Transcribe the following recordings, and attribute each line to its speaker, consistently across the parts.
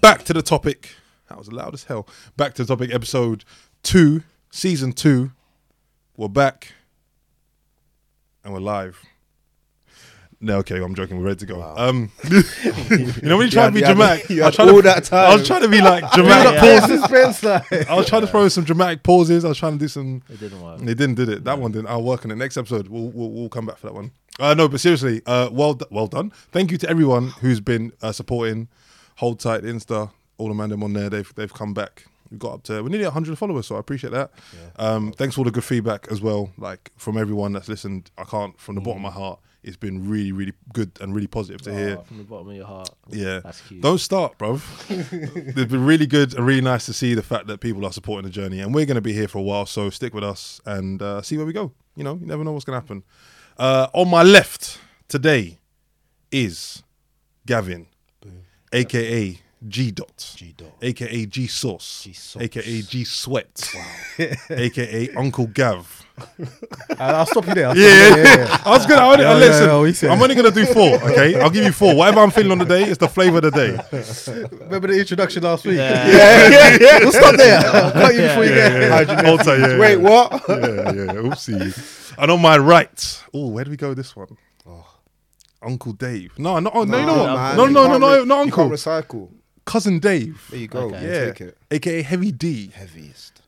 Speaker 1: back to the topic. That was loud as hell. Back to the topic, episode two, season two. We're back and we're live. No, okay, I'm joking. We're ready to go. Um, you know when you try to be
Speaker 2: you had-
Speaker 1: dramatic,
Speaker 2: you
Speaker 1: I
Speaker 2: had
Speaker 1: was trying
Speaker 2: all
Speaker 1: to-
Speaker 2: that time.
Speaker 1: I was trying to be like dramatic pauses. I was trying to throw in some dramatic pauses. I was trying to do some.
Speaker 3: It didn't work.
Speaker 1: They didn't, did it? That one didn't. I'll work on it next episode. We'll we'll, we'll come back for that one. Uh, no, but seriously, uh, well d- well done. Thank you to everyone who's been uh, supporting. Hold tight, Insta, all the man them on there. They've they've come back. We've got up to we nearly 100 followers, so I appreciate that. Um, thanks for all the good feedback as well, like from everyone that's listened. I can't from the bottom of my heart. It's been really really good and really positive to hear.
Speaker 3: Oh, from the bottom of your heart.
Speaker 1: Yeah.
Speaker 3: That's cute.
Speaker 1: Don't start, bruv. It's been really good and really nice to see the fact that people are supporting the journey. And we're going to be here for a while, so stick with us and uh, see where we go. You know, you never know what's going to happen. Uh, on my left today is Gavin, aka G Dot,
Speaker 2: G Dot.
Speaker 1: aka G Sauce,
Speaker 2: Sauce.
Speaker 1: aka G Sweat, aka Uncle Gav.
Speaker 2: I'll stop you there. I'll
Speaker 1: Yeah,
Speaker 2: stop you
Speaker 1: yeah,
Speaker 2: there.
Speaker 1: I was gonna. I only,
Speaker 2: No, no,
Speaker 1: listen,
Speaker 2: no, he said-
Speaker 1: I'm only gonna do four. Okay, I'll give you four. Whatever I'm feeling on the day, it's the flavor of the day.
Speaker 2: Remember the introduction last week?
Speaker 3: Yeah.
Speaker 2: yeah, yeah. yeah. We'll stop there. I'll cut you before you get.
Speaker 1: yeah, yeah. Alter, yeah,
Speaker 2: Wait,
Speaker 1: yeah.
Speaker 2: what?
Speaker 1: yeah, yeah. Oopsie. And on my right, oh, where do we go with this one?
Speaker 2: Oh.
Speaker 1: Uncle Dave. No, no, oh, no, you know what?
Speaker 3: man,
Speaker 1: no,
Speaker 3: you
Speaker 1: no, no,
Speaker 2: can't
Speaker 1: no,
Speaker 2: re-
Speaker 1: not
Speaker 2: you
Speaker 1: Uncle.
Speaker 2: can't Recycle.
Speaker 1: Cousin Dave.
Speaker 2: There you go.
Speaker 3: Okay.
Speaker 1: yeah,
Speaker 2: Take it.
Speaker 1: aka Heavy D.
Speaker 2: Heaviest.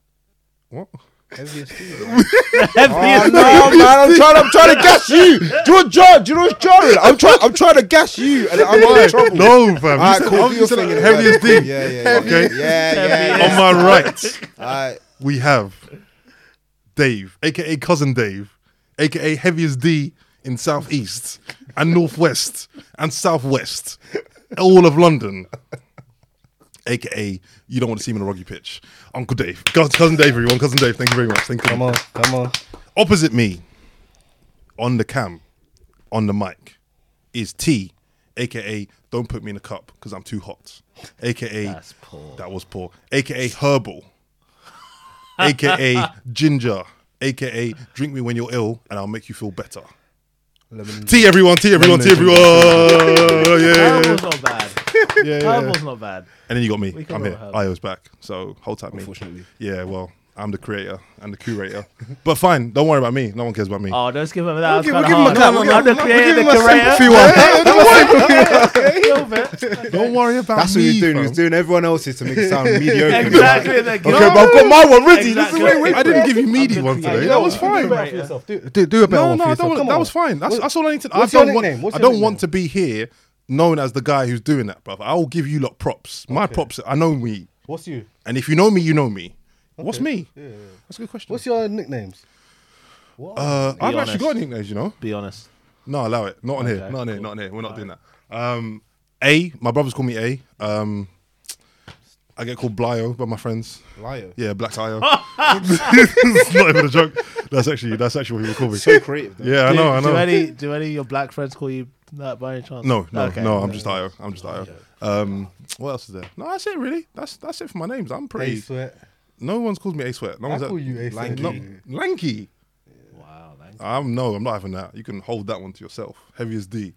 Speaker 1: What?
Speaker 2: Heaviest.
Speaker 3: Heaviest.
Speaker 2: no, man! I'm trying. I'm trying to gas you. Do you know John? Do you know John? I'm trying. I'm trying to gas you, and I'm in trouble.
Speaker 1: No, fam. You
Speaker 2: All right,
Speaker 1: said-
Speaker 2: cool.
Speaker 1: oh,
Speaker 2: Do
Speaker 1: you
Speaker 2: your
Speaker 1: said
Speaker 2: thing.
Speaker 1: Heavy as D.
Speaker 2: Yeah, yeah, yeah.
Speaker 1: Okay.
Speaker 2: Yeah, yeah.
Speaker 1: On
Speaker 2: yeah.
Speaker 1: my right,
Speaker 2: All right.
Speaker 1: we have Dave, aka Cousin Dave, aka Heavy as D in Southeast and Northwest and Southwest, all of London. aka you don't want to see him on a rugby pitch. Uncle Dave, Cous- cousin Dave, everyone, cousin Dave. Thank you very much. Thank you.
Speaker 4: Come on, come on.
Speaker 1: Opposite me, on the cam, on the mic, is T, aka Don't put me in a cup because I'm too hot, aka
Speaker 3: That's poor.
Speaker 1: that was poor, aka Herbal, aka Ginger, aka Drink me when you're ill and I'll make you feel better. T everyone, T everyone, T everyone. yeah.
Speaker 3: Herbal's not bad.
Speaker 1: yeah, yeah.
Speaker 3: Herbal's not bad.
Speaker 1: And then you got me.
Speaker 3: We can
Speaker 1: I'm
Speaker 3: all
Speaker 1: here.
Speaker 3: have-
Speaker 1: Io's back. So hold tight, me.
Speaker 2: Unfortunately.
Speaker 1: Yeah, well, I'm the creator and the curator. but fine, don't worry about me. No one cares about me.
Speaker 3: Oh, don't give him that.
Speaker 2: give-
Speaker 3: We'll
Speaker 2: we'll give him a clap, we'll
Speaker 3: I'm
Speaker 2: give
Speaker 3: the
Speaker 2: him a-
Speaker 3: creator,
Speaker 2: we'll give him a sympathy
Speaker 3: curator.
Speaker 1: don't worry about
Speaker 2: That's what
Speaker 1: me.
Speaker 2: he was doing.
Speaker 1: fam.
Speaker 2: He was doing everyone else's to make it sound mediocre.
Speaker 3: Exactly. the
Speaker 2: Okay,
Speaker 3: curator.
Speaker 2: but I've got my one ready. This
Speaker 3: Exactly.
Speaker 2: is wait, wait.
Speaker 1: I didn't give you meaty one
Speaker 3: creator.
Speaker 1: today.
Speaker 3: You know
Speaker 1: That was
Speaker 3: what?
Speaker 1: fine.
Speaker 3: Right, yeah.
Speaker 4: Do, do, do a better
Speaker 1: No,
Speaker 4: one
Speaker 1: no,
Speaker 4: for
Speaker 1: I
Speaker 4: yourself.
Speaker 1: don't.
Speaker 4: Come
Speaker 1: That
Speaker 4: on.
Speaker 1: was fine. That's, that's all I need to.
Speaker 4: what's
Speaker 1: I
Speaker 4: your
Speaker 1: don't want.
Speaker 4: nickname? What's
Speaker 1: I
Speaker 4: your
Speaker 1: don't
Speaker 4: nickname?
Speaker 1: want to be here known as the guy who's doing that, brother. I will give you lot props. My props. I know me,
Speaker 4: What's you?
Speaker 1: and if you know me, you know me. What's me? That's a good question.
Speaker 4: What's your nicknames?
Speaker 1: uh, I've
Speaker 3: Be
Speaker 1: actually
Speaker 3: honest.
Speaker 1: got nicknames, you know.
Speaker 3: Be honest.
Speaker 1: No, allow it. Not on here.
Speaker 3: Okay,
Speaker 1: Not on here.
Speaker 3: cool.
Speaker 1: Not on here. We're not doing that. Um, a. My brothers call me A. Um, I get called Blyo by my friends.
Speaker 2: Liar.
Speaker 1: Yeah, Black Io. it's not even a joke. That's actually that's actually what people call me.
Speaker 2: So creative. Though.
Speaker 1: yeah, I
Speaker 3: do,
Speaker 1: know. I know.
Speaker 3: Do any, do any of your black friends call you that by any chance?
Speaker 1: No, no,
Speaker 3: Okay.
Speaker 1: no. I'm just Io. I'm just Io. Um, what else is there? No, that's it. Really, that's that's it for my names. I'm pretty.
Speaker 4: Hey, sweat.
Speaker 1: No one's called me A Sweat. No
Speaker 4: I
Speaker 1: one's
Speaker 4: call you Ace.
Speaker 2: Lanky.
Speaker 1: No, lanky.
Speaker 3: Wow. thanks.
Speaker 1: I'm no. I'm not having that. You can hold that one to yourself. Heavy as D.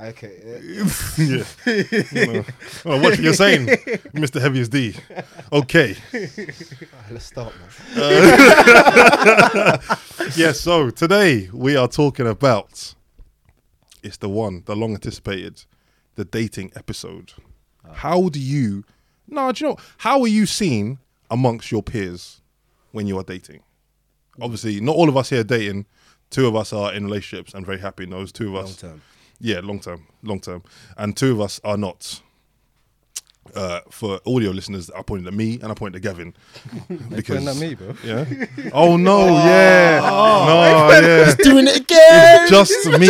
Speaker 2: Okay. yeah.
Speaker 1: yeah. no. Oh, what you're saying, Mr. Heavy as D. Okay.
Speaker 2: Let's start, man.
Speaker 1: Yes. So today we are talking about. It's the one, the long anticipated, the dating episode. How do you? No, do you know how are you seen amongst your peers when you are dating? Obviously, not all of us here are dating. Two of us are in relationships and very happy in those. Two of us,
Speaker 2: Long term.
Speaker 1: yeah, long term, long term, and two of us are not. Uh, for audio listeners, I pointed at me and I pointed at Gavin because
Speaker 4: Pointing at me, bro.
Speaker 1: yeah. Oh no, yeah, no, yeah.
Speaker 2: Doing it again.
Speaker 1: It's just me.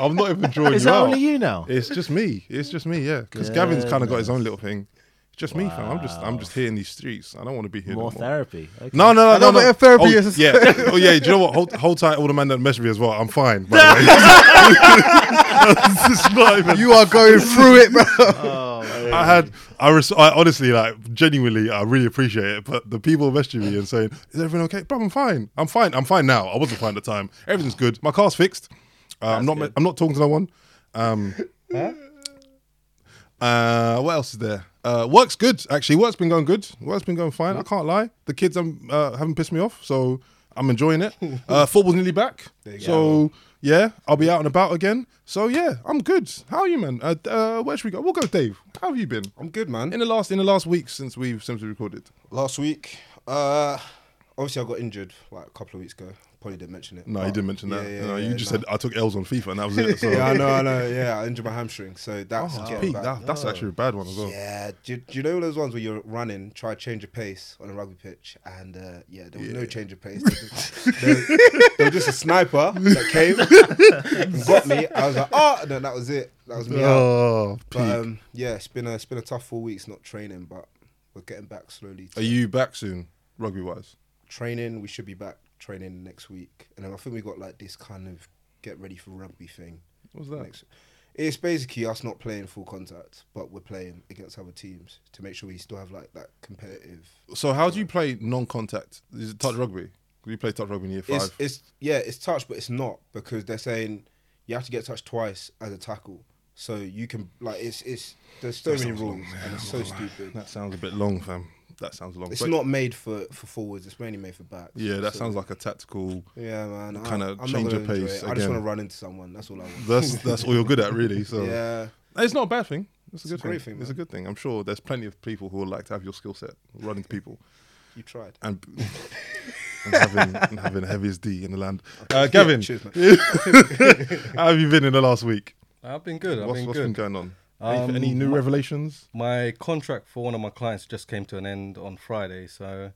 Speaker 1: I'm not even drawing
Speaker 3: Is
Speaker 1: you
Speaker 3: that
Speaker 1: out.
Speaker 3: only you now?
Speaker 1: It's just me. It's just me. Yeah, because Gavin's kind of got his own little thing. It's just me, fam. I'm just, I'm just here in these streets. I don't want to be here. no
Speaker 3: More therapy. Okay.
Speaker 1: No, no, no,
Speaker 4: know,
Speaker 1: no, no.
Speaker 4: but therapy
Speaker 1: oh,
Speaker 4: is-
Speaker 1: yeah. Oh yeah. Do you know what? Hold, hold tight, all the man that messaged me as well. I'm fine. By the way. It's not even-
Speaker 4: You are going through it, bro.
Speaker 1: I had, I, res- I honestly, like, genuinely, I really appreciate it. But the people messaging me and saying, "Is everything okay, bro? I'm fine. I'm fine. I'm fine now. I wasn't fine at the time. Everything's good. My car's fixed. Uh, I'm not.
Speaker 3: good.
Speaker 1: I'm not talking to no one. Um, Uh, what else is there? Uh, work's good actually. Work's been going good. Work's been going fine. I can't lie. The kids um, uh, haven't pissed me off, so I'm enjoying it. Uh, football's nearly back, so yeah, I'll be out and about again. So yeah, I'm good. How are you, man? Uh, uh, where should we go? We'll go, Dave. How have you been
Speaker 2: I'm good, man.
Speaker 1: in the last in the last week since we've since we recorded?
Speaker 2: Last week, uh, obviously I got injured like a couple of weeks ago. Probably didn't mention it.
Speaker 1: No,
Speaker 2: but-
Speaker 1: you didn't mention that.
Speaker 2: Oh, Yeah, yeah,
Speaker 1: no,
Speaker 2: yeah,
Speaker 1: you just
Speaker 2: nah.
Speaker 1: said I took L's on FIFA and that was it. So.
Speaker 2: yeah, I know, I know. Yeah, I injured my hamstring, so that's
Speaker 1: Oh,
Speaker 2: getting
Speaker 1: Pete,
Speaker 2: back.
Speaker 1: that- that's actually a bad one as well.
Speaker 2: Yeah, do, do you know those ones where you're running, try to change your pace on a rugby pitch, and uh, yeah, there was no change of pace. There was, there was just a sniper that came and got me. I was like, oh, and then that was it. That was me out.
Speaker 1: Oh, Pete.
Speaker 2: But um, yeah, it's been a it's been a tough four weeks not training, but we're getting back slowly. to
Speaker 1: Are you back soon, rugby wise?
Speaker 2: training? We should be back training next week, and then I think we got like this kind of get ready for rugby thing.
Speaker 1: What's that?
Speaker 2: Next. It's basically us not playing full contact, but we're playing against other teams to make sure we still have like that competitive.
Speaker 1: So how do you play non-contact? Is it touch rugby? Do you play touch rugby in year five?
Speaker 2: It's, it's yeah, it's touch, but it's not because they're saying you have to get touched twice as a tackle, so you can like it's it's there's so many
Speaker 1: sounds
Speaker 2: rules
Speaker 1: long, yeah,
Speaker 2: and it's so
Speaker 1: I'm not gonna
Speaker 2: stupid.
Speaker 1: that sounds a bit long, fam. That sounds long.
Speaker 2: It's
Speaker 1: But-
Speaker 2: not made for for forwards. It's mainly made for backs.
Speaker 1: Yeah, that
Speaker 2: so-
Speaker 1: sounds like a tactical.
Speaker 2: Yeah, man. I-
Speaker 1: kinda
Speaker 2: I'm not
Speaker 1: change
Speaker 2: gonna
Speaker 1: of
Speaker 2: enjoy
Speaker 1: pace
Speaker 2: it. I just want
Speaker 1: again.
Speaker 2: to run into someone. That's all I want.
Speaker 1: That's that's all you're good at, really. So
Speaker 2: yeah,
Speaker 1: it's not a bad thing. It's a good
Speaker 2: a great
Speaker 1: thing.
Speaker 2: thing,
Speaker 1: It's a
Speaker 2: man.
Speaker 1: good thing. I'm sure there's plenty of people who would like to have your skill set, running to people
Speaker 2: you tried.
Speaker 1: and, and having and having heaviest D in the land. Uh, Gavin,
Speaker 2: Cheers, man.
Speaker 1: how have you been in the last week?
Speaker 4: I've been good. I've
Speaker 1: what's
Speaker 4: been
Speaker 1: what's
Speaker 4: good.
Speaker 1: been going on? Any- any
Speaker 4: Um,
Speaker 1: new revelations?
Speaker 4: My contract for one of my clients just came to an end on Friday, so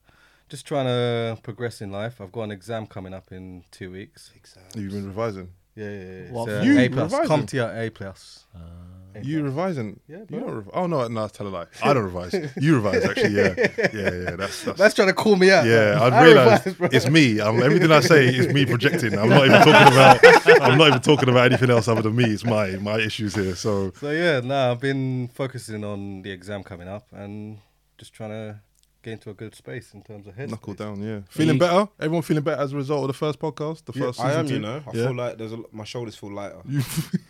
Speaker 4: just trying to progress in life. I've got an exam coming up in two weeks.
Speaker 1: You've been revising.
Speaker 4: Yeah, yeah, yeah.
Speaker 3: What,
Speaker 4: It's, uh,
Speaker 1: you
Speaker 4: A plus.
Speaker 1: revising?
Speaker 4: CompTIA A plus. A
Speaker 1: You
Speaker 4: plus.
Speaker 1: revising?
Speaker 4: Yeah,
Speaker 1: you
Speaker 4: bro.
Speaker 1: don't rev- Oh no, no, tell a lie. I don't revise. You revise actually. Yeah, yeah, yeah. That's that's.
Speaker 4: That's trying to call me out.
Speaker 1: yeah,
Speaker 4: man.
Speaker 1: I'd
Speaker 4: I
Speaker 1: realised
Speaker 4: revised, bro.
Speaker 1: it's me. Um, everything I say is me projecting. I'm not even talking about. I'm not even talking about anything else other than me. It's my my issues here. So
Speaker 4: So yeah, now I've been focusing on the exam coming up and just trying to get into a good space in terms of head.
Speaker 1: knuckle
Speaker 4: space.
Speaker 1: down. Yeah, feeling better. Everyone feeling better as a result of the first podcast. The first.
Speaker 2: I
Speaker 1: season
Speaker 2: am, you
Speaker 1: two?
Speaker 2: know. I
Speaker 1: Yeah.
Speaker 2: feel like there's a, my shoulders feel lighter.
Speaker 1: You-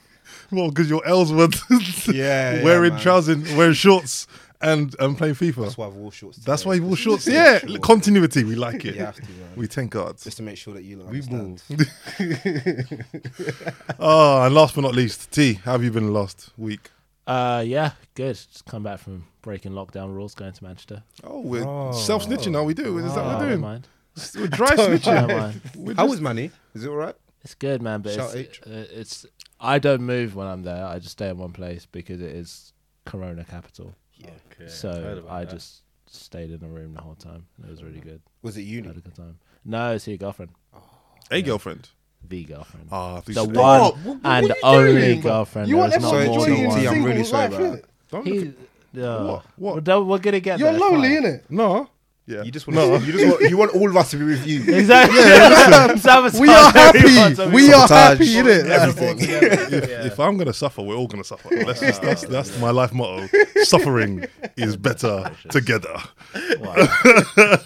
Speaker 1: well, because your L's were
Speaker 2: Yeah, yeah,
Speaker 1: wearing
Speaker 2: man.
Speaker 1: trousers, wearing shorts, and and playing FIFA.
Speaker 2: That's why I wore shorts.
Speaker 1: That's
Speaker 2: today.
Speaker 1: why he wore
Speaker 2: Just-
Speaker 1: shorts.
Speaker 2: just
Speaker 1: Yeah,
Speaker 2: to make sure.
Speaker 1: continuity. We like it.
Speaker 2: You have to, man.
Speaker 1: We ten cards.
Speaker 2: Just to make sure that you like.
Speaker 4: We
Speaker 2: understand.
Speaker 1: Oh, and last but not least, T. How have you been the last week?
Speaker 3: Uh, yeah, good. Just come back from breaking lockdown rules, going to Manchester.
Speaker 1: Oh, we're self snitching. Now we do. Is that what
Speaker 3: Ah, I
Speaker 2: Oh,
Speaker 1: we're
Speaker 3: don't
Speaker 1: doing?
Speaker 3: mind.
Speaker 1: We're dry
Speaker 3: I
Speaker 1: snitching.
Speaker 3: don't mind.
Speaker 1: We're
Speaker 2: How
Speaker 1: just-
Speaker 2: was Manny? Is it all right?
Speaker 3: It's good, man. But it's,
Speaker 2: Shout
Speaker 3: uh, it's I don't move when I'm there. I just stay in one place because it is Corona capital.
Speaker 4: Okay, heard
Speaker 3: so
Speaker 4: about
Speaker 3: I
Speaker 4: that.
Speaker 3: just stayed in the room the whole time. It was really good.
Speaker 2: Was it
Speaker 3: I had
Speaker 2: uni?
Speaker 3: a good time. No, it's your girlfriend,
Speaker 1: a girlfriend?
Speaker 3: the girlfriend,
Speaker 1: Ah, please.
Speaker 3: the
Speaker 1: say-
Speaker 3: one
Speaker 1: Oh,
Speaker 3: and only girlfriend.
Speaker 4: You want
Speaker 3: There is
Speaker 2: everyone
Speaker 3: not
Speaker 2: to
Speaker 3: more
Speaker 2: join
Speaker 3: than
Speaker 2: you,
Speaker 3: one.
Speaker 2: T, I'm really sorry about that.
Speaker 1: don't look
Speaker 3: He, uh, yeah.
Speaker 1: What? What?
Speaker 3: We're done- We're gonna get
Speaker 4: You're
Speaker 3: there.
Speaker 4: lonely,
Speaker 3: in
Speaker 4: innit?
Speaker 1: at- No. Yeah.
Speaker 2: You just want. To, you just want. You want all of us to be with you.
Speaker 3: Exactly. Sabotage
Speaker 4: We are
Speaker 3: everyone's
Speaker 4: happy. We are happy,
Speaker 2: Sabotage.
Speaker 4: innit?
Speaker 2: Everything.
Speaker 1: If, if I'm gonna suffer, we're all gonna suffer. That's that's, that's, that's my life motto. Suffering is better together.
Speaker 3: Wow.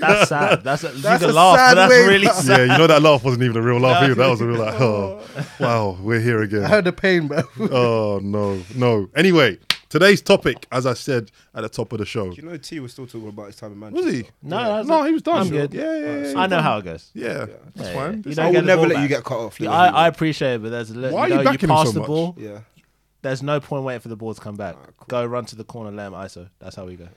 Speaker 3: That's sad. That's a,
Speaker 4: That's
Speaker 3: you
Speaker 4: a
Speaker 3: can laugh,
Speaker 4: sad
Speaker 3: but that's
Speaker 4: way-
Speaker 3: really sad.
Speaker 1: Yeah, you know that laugh wasn't even a real laugh. either. That was a real like, oh, wow, we're here
Speaker 4: I
Speaker 1: again.
Speaker 4: heard the pain, bro.
Speaker 1: oh no, no. Anyway, today's topic, as I said at the top of the show,
Speaker 2: Do you know T was still talking about his time in Manchester?
Speaker 1: was he?
Speaker 3: No,
Speaker 2: Yeah.
Speaker 3: that's
Speaker 1: No, he was done.
Speaker 3: I'm good.
Speaker 1: Yeah, yeah, yeah. yeah,
Speaker 3: I know
Speaker 1: yeah.
Speaker 3: how it goes.
Speaker 1: Yeah, that's fine.
Speaker 3: Yeah, yeah. You
Speaker 1: That's-
Speaker 3: don't
Speaker 2: I
Speaker 3: get
Speaker 2: will
Speaker 3: the
Speaker 2: never
Speaker 3: ball
Speaker 2: let you
Speaker 3: back.
Speaker 2: get cut off.
Speaker 3: Yeah,
Speaker 2: let me
Speaker 3: I, I
Speaker 2: know.
Speaker 3: appreciate it, but there's a little,
Speaker 1: Why are you
Speaker 3: know,
Speaker 1: backing him
Speaker 3: pass
Speaker 1: so
Speaker 3: the
Speaker 1: much? Ah,
Speaker 3: ball.
Speaker 2: Yeah.
Speaker 3: There's no point waiting for the ball to come back. Go run to the corner, let him ISO. That's how we go.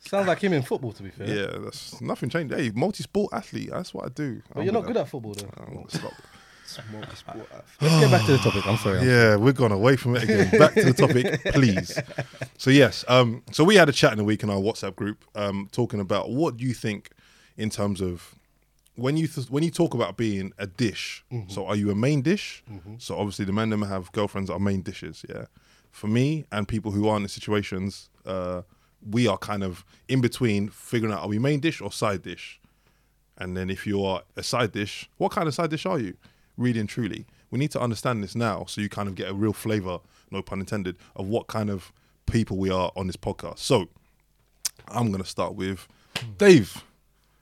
Speaker 4: Sounds like him in football, to be fair.
Speaker 1: Yeah, that's nothing changed. Hey, multi-sport athlete. That's what I do.
Speaker 4: But you're not good at football, though.
Speaker 1: Stop.
Speaker 2: Multi-sport athlete.
Speaker 4: Let's get back to the topic. I'm sorry.
Speaker 1: Yeah, we're gone away from it again. Back to the topic, please. So yes, um, so we had a chat in the week in our WhatsApp group, um, talking about what do you think in terms of when you th- when you talk about being a dish. So are you a main dish? So obviously the men that have girlfriends are main dishes. Yeah, for me and people who aren't in situations, uh, we are kind of in between, figuring out are we main dish or side dish. And then if you are a side dish, what kind of side dish are you? Really and truly. We need to understand this now so you kind of get a real flavour, no pun intended, of what kind of people we are on this podcast. So I'm gonna start with Dave.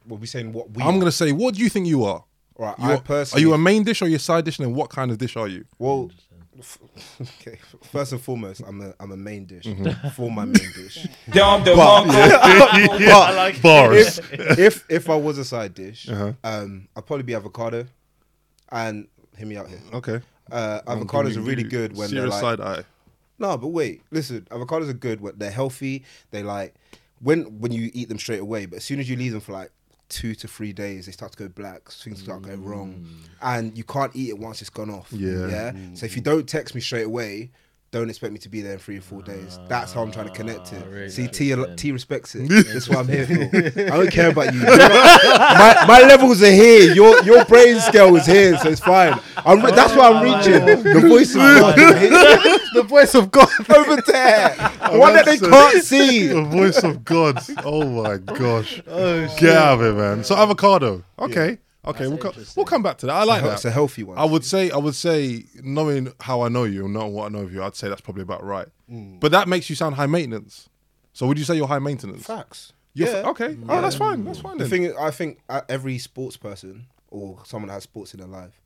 Speaker 2: Well, we saying what we.
Speaker 1: I'm
Speaker 2: are.
Speaker 1: gonna say, what do you think you are?
Speaker 2: All Hmm. right,
Speaker 1: You
Speaker 2: I
Speaker 1: are,
Speaker 2: personally.
Speaker 1: are you a main dish or your side dish? And then what kind of dish are you?
Speaker 2: Well, okay. First and foremost, I'm a I'm a main dish
Speaker 1: Mm-hmm.
Speaker 2: for my main dish.
Speaker 1: But,
Speaker 2: But
Speaker 5: like
Speaker 1: bars.
Speaker 2: if, if if I was a side dish,
Speaker 1: Uh-huh.
Speaker 2: um, I'd probably be avocado. And hear me out here.
Speaker 1: Okay.
Speaker 2: Uh,
Speaker 1: I'm
Speaker 2: avocados
Speaker 1: giving
Speaker 2: are really
Speaker 1: you
Speaker 2: good when they're
Speaker 1: serious
Speaker 2: like
Speaker 1: side eye.
Speaker 2: No, but wait, listen. Avocados are good. When they're healthy. They like when when you eat them straight away. But as soon as you leave them for like two to three days, they start to go black. Things start going wrong, and you can't eat it once it's gone off.
Speaker 1: Yeah.
Speaker 2: Yeah. So if you don't text me straight away. Don't expect me to be there in three or four days. That's how I'm trying to connect it.
Speaker 4: really?
Speaker 2: See, T, al- T respects it. That's what I'm here for. I don't care about you. You're not- my, my levels are here. Your your brain scale is here, so it's fine. I'm re- that's why I'm reaching. The voice of God
Speaker 4: the voice of God.
Speaker 2: over there. The one that they
Speaker 1: so-
Speaker 2: can't see.
Speaker 1: The voice of God. Oh my gosh. Get out of it, man. So avocado. Okay. Okay. We'll, co- we'll come back to that. I like
Speaker 2: It's a
Speaker 1: that.
Speaker 2: healthy one.
Speaker 1: I would say I would say knowing how I know you and knowing what I know of you, I'd say that's probably about right.
Speaker 2: Mm.
Speaker 1: But that makes you sound high maintenance. So would you say you're high maintenance?
Speaker 2: facts.
Speaker 1: You're
Speaker 2: yeah. Mm.
Speaker 1: f- okay. Oh, that's fine. That's fine.
Speaker 2: The
Speaker 1: Then.
Speaker 2: thing is, I think uh, every sports person or someone that has sports in their life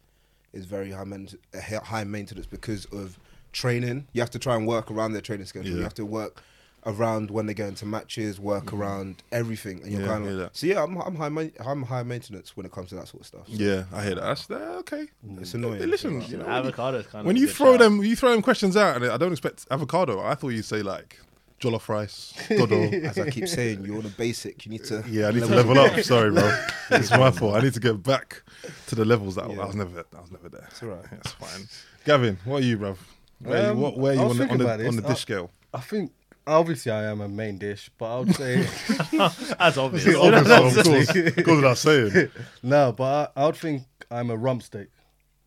Speaker 2: is very high, main- uh, he- high maintenance because of training. You have to try and work around their training schedule.
Speaker 1: Yeah. Mm-hmm.
Speaker 2: You have to work around when they go into matches, work around everything, and you're
Speaker 1: Yeah, I hear
Speaker 2: kind of
Speaker 1: that.
Speaker 2: so yeah. I'm, I'm high, main- I'm high maintenance when it comes to that sort of stuff.
Speaker 1: yeah, I hear that. That's that- okay.
Speaker 2: Mm. It's annoying.
Speaker 1: Listen, you know, when you-
Speaker 5: Avocados kind of.
Speaker 1: when
Speaker 5: a
Speaker 1: you
Speaker 5: good
Speaker 1: throw
Speaker 5: shout.
Speaker 1: them, you throw them questions out, and I don't expect avocado. I thought you'd say like jollof rice, dodo.
Speaker 2: As I keep saying, you're on a basic. You need to
Speaker 1: yeah, I need to level up. Sorry, bro. It's my fault. I need to get back to the levels that I- I was never. I was never there. That's
Speaker 2: all right.
Speaker 1: That's fine. Gavin, what are you, bro? Where are
Speaker 4: Um,
Speaker 1: you, what, where are
Speaker 4: I
Speaker 1: you
Speaker 4: was
Speaker 1: on the, on
Speaker 4: thinking
Speaker 1: the,
Speaker 4: about this.
Speaker 1: on the dish
Speaker 4: I-
Speaker 1: scale?
Speaker 4: I think obviously I am a main dish, but I would say
Speaker 5: That's obvious. You know,
Speaker 1: Obviously,
Speaker 5: that's-
Speaker 1: of course. Goes without saying.
Speaker 4: no, but I, I would think I'm a rump steak.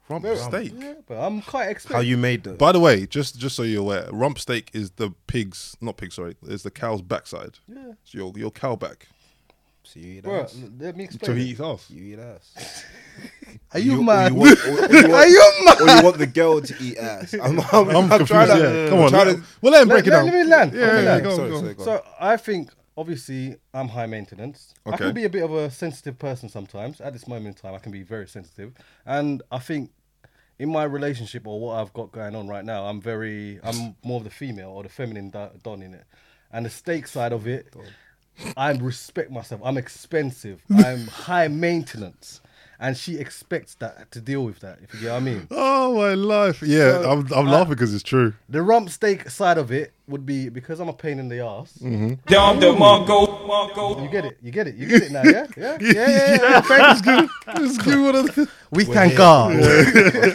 Speaker 1: Rump steak.
Speaker 4: Yeah, but I'm quite expert.
Speaker 2: how you made the
Speaker 1: By the way, just just so you're aware, rump steak is the pig's, not pig, sorry, is the cow's backside.
Speaker 4: Yeah.
Speaker 1: It's your your cow back.
Speaker 2: So you eat
Speaker 4: Bro,
Speaker 2: ass.
Speaker 4: let me
Speaker 1: So
Speaker 4: explain.
Speaker 1: he
Speaker 4: it.
Speaker 1: eats ass.
Speaker 2: You eat ass.
Speaker 4: Are you,
Speaker 2: or
Speaker 4: mad?
Speaker 2: want- or- or you want-
Speaker 4: Are you mad?
Speaker 2: or you want the girl to eat ass. I'm, I'm,
Speaker 1: I'm,
Speaker 2: I'm
Speaker 1: confused.
Speaker 2: trying to.
Speaker 1: yeah. Come
Speaker 2: I'm
Speaker 1: on,
Speaker 2: trying
Speaker 1: let,
Speaker 2: to-
Speaker 1: well, let him break
Speaker 4: Let-
Speaker 1: it down.
Speaker 4: let me land.
Speaker 1: Yeah,
Speaker 4: Let me
Speaker 1: yeah,
Speaker 4: land.
Speaker 1: go on,
Speaker 2: Sorry,
Speaker 1: go on.
Speaker 2: sorry, go on.
Speaker 4: So I think obviously I'm high maintenance. I
Speaker 1: Okay.
Speaker 4: can be a bit of a sensitive person sometimes. At this moment in time, I can be very sensitive, and I think in my relationship or what I've got going on right now, I'm very I'm more of the female or the feminine da- don in it, and the steak side of it, I respect myself. I'm expensive. I'm high maintenance. And she expects that to deal with that, if you get what I mean.
Speaker 1: Oh my life! Yeah, I'm, I'm laughing because it's true.
Speaker 4: The rump steak side of it would be because I'm a pain in the ass.
Speaker 6: Dom the Mongo, Mongo.
Speaker 4: You get it. You get it. You get it now. Yeah. Yeah. Yeah. yeah, yeah, yeah. Thank you. We thank God.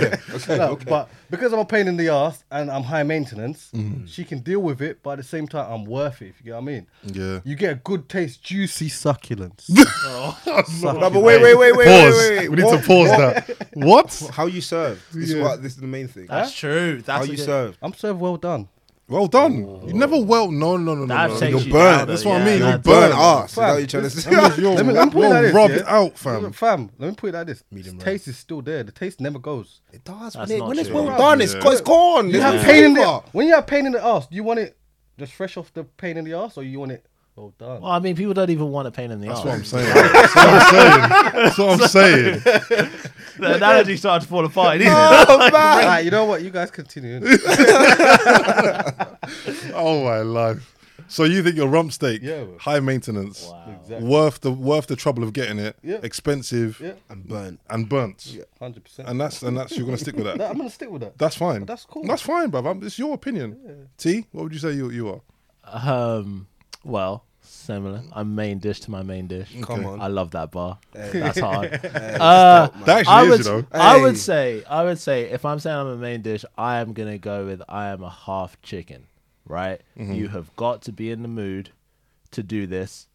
Speaker 4: No, But because I'm a pain in the ass and I'm high maintenance, she can deal with it. But at the same time, I'm worth it. If you get what I mean.
Speaker 1: Yeah.
Speaker 4: You get a good taste, juicy succulence.
Speaker 2: No, but wait, wait, wait, wait, wait,
Speaker 1: pause.
Speaker 2: wait, wait.
Speaker 1: We need
Speaker 2: What-
Speaker 1: to pause
Speaker 2: what-
Speaker 1: that. What?
Speaker 2: How you serve? This is what. This is the main thing.
Speaker 5: That's true. That's
Speaker 2: How
Speaker 5: a
Speaker 2: you
Speaker 5: good-
Speaker 2: serve?
Speaker 4: I'm so well done.
Speaker 1: Well done. You never well. No, no, no, no.
Speaker 5: That
Speaker 1: no.
Speaker 5: takes
Speaker 1: You're
Speaker 5: you
Speaker 1: burnt.
Speaker 5: down,
Speaker 1: That's
Speaker 5: though.
Speaker 1: what I
Speaker 5: Yeah,
Speaker 1: mean. You
Speaker 5: that
Speaker 1: burn
Speaker 2: Burn
Speaker 1: up.
Speaker 2: ass. Is that what you're trying to say?
Speaker 1: You're,
Speaker 4: Let me-
Speaker 1: you're
Speaker 4: I'm putting that in,
Speaker 1: rubbed
Speaker 4: yeah?
Speaker 1: out, fam.
Speaker 4: Fam, let me put it like this: taste is still there. The taste never goes.
Speaker 2: It does. When,
Speaker 5: That's
Speaker 2: it,
Speaker 5: not
Speaker 2: when it's
Speaker 5: true.
Speaker 2: well done, it's,
Speaker 1: Yeah.
Speaker 2: it's gone.
Speaker 4: You
Speaker 2: It's
Speaker 4: have
Speaker 2: not
Speaker 4: pain in the
Speaker 2: over.
Speaker 4: when you have pain in the ass. Do you want it just fresh off the pain in the ass, or you want it well done?
Speaker 5: Well, I mean, people don't even want a pain in the
Speaker 1: That's what I'm
Speaker 5: arse.
Speaker 1: saying. That's what I'm saying. That's what I'm saying.
Speaker 5: The analogy started to fall apart. isn't it?
Speaker 4: Alright, you know what? You guys continue.
Speaker 1: Oh my life. So you think your rump steak,
Speaker 4: Yeah, bro.
Speaker 1: high maintenance,
Speaker 4: Exactly.
Speaker 1: worth the worth the trouble of getting it,
Speaker 4: Yeah.
Speaker 1: expensive
Speaker 4: Yeah.
Speaker 2: I'm burnt.
Speaker 1: and burnt,
Speaker 4: Hundred percent.
Speaker 1: and that's and that's you're gonna stick with that.
Speaker 4: No, I'm gonna stick with that.
Speaker 1: That's fine.
Speaker 4: That's cool.
Speaker 1: That's fine, bruv. I'm, it's your opinion. T, what would you say you you are?
Speaker 5: Um, well, similar. I'm main dish to my main dish.
Speaker 2: Come on.
Speaker 5: I love that bar. That's hard.
Speaker 3: Um,
Speaker 2: Uh,
Speaker 1: That actually
Speaker 5: I
Speaker 1: is,
Speaker 5: would,
Speaker 1: you know.
Speaker 5: I would
Speaker 2: Hey.
Speaker 5: say, I would say, if I'm saying I'm a main dish, I am gonna go with I am a half chicken. Right? You have got to be in the mood to do this,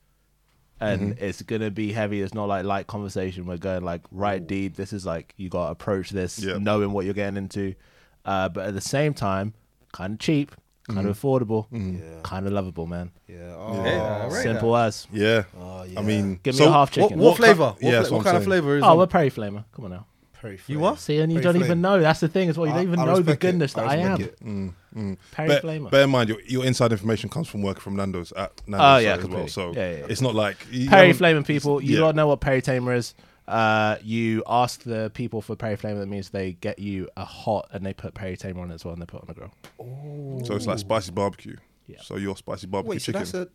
Speaker 5: and it's gonna be heavy. It's not like light conversation. We're going like right deep. This is like you got to approach this
Speaker 1: Yeah.
Speaker 5: knowing what you're getting into, uh, but at the same time, kind of cheap, kind of affordable, kind of lovable, man.
Speaker 2: yeah. Oh,
Speaker 4: Hey, I rate
Speaker 5: Simple as.
Speaker 1: Yeah.
Speaker 2: yeah.
Speaker 1: I mean,
Speaker 5: Give me
Speaker 1: so
Speaker 5: a half
Speaker 4: that. What,
Speaker 5: chicken.
Speaker 4: what
Speaker 1: ki-
Speaker 4: flavor? What,
Speaker 1: yeah,
Speaker 4: fla-
Speaker 1: that's what
Speaker 4: what
Speaker 1: I'm
Speaker 4: kind of
Speaker 1: saying.
Speaker 4: flavor is?
Speaker 5: Oh,
Speaker 4: on-
Speaker 5: we're Perry Flamer. Come on now.
Speaker 2: Perry
Speaker 4: You
Speaker 2: flame.
Speaker 4: what?
Speaker 5: See, and you
Speaker 2: Perry
Speaker 5: don't
Speaker 2: Flame.
Speaker 5: even know. That's the thing. Is what you
Speaker 2: I-
Speaker 5: don't even
Speaker 2: I
Speaker 5: know the
Speaker 2: respect it.
Speaker 5: goodness that I
Speaker 2: respect
Speaker 5: am.
Speaker 2: it.
Speaker 1: Mm,
Speaker 5: Perry
Speaker 1: Bear,
Speaker 5: Flamer.
Speaker 1: bear in mind, your, your inside information comes from working from Nando's at Nando's
Speaker 5: Oh,
Speaker 1: site
Speaker 5: yeah,
Speaker 1: as well.
Speaker 5: completely.
Speaker 1: So
Speaker 5: Yeah, yeah, yeah.
Speaker 1: it's not like you
Speaker 5: Perry
Speaker 1: haven't-
Speaker 5: Flamer people, you
Speaker 1: yeah.
Speaker 5: gotta know what Perry Tamer is. Uh, you ask the people for Perry Flame, that means they get you a hot and they put Perry Tamer on it as well and they put it on the grill.
Speaker 1: So it's like spicy barbecue.
Speaker 5: Yeah.
Speaker 1: So your spicy barbecue
Speaker 2: Wait, so
Speaker 1: chicken.
Speaker 2: that's a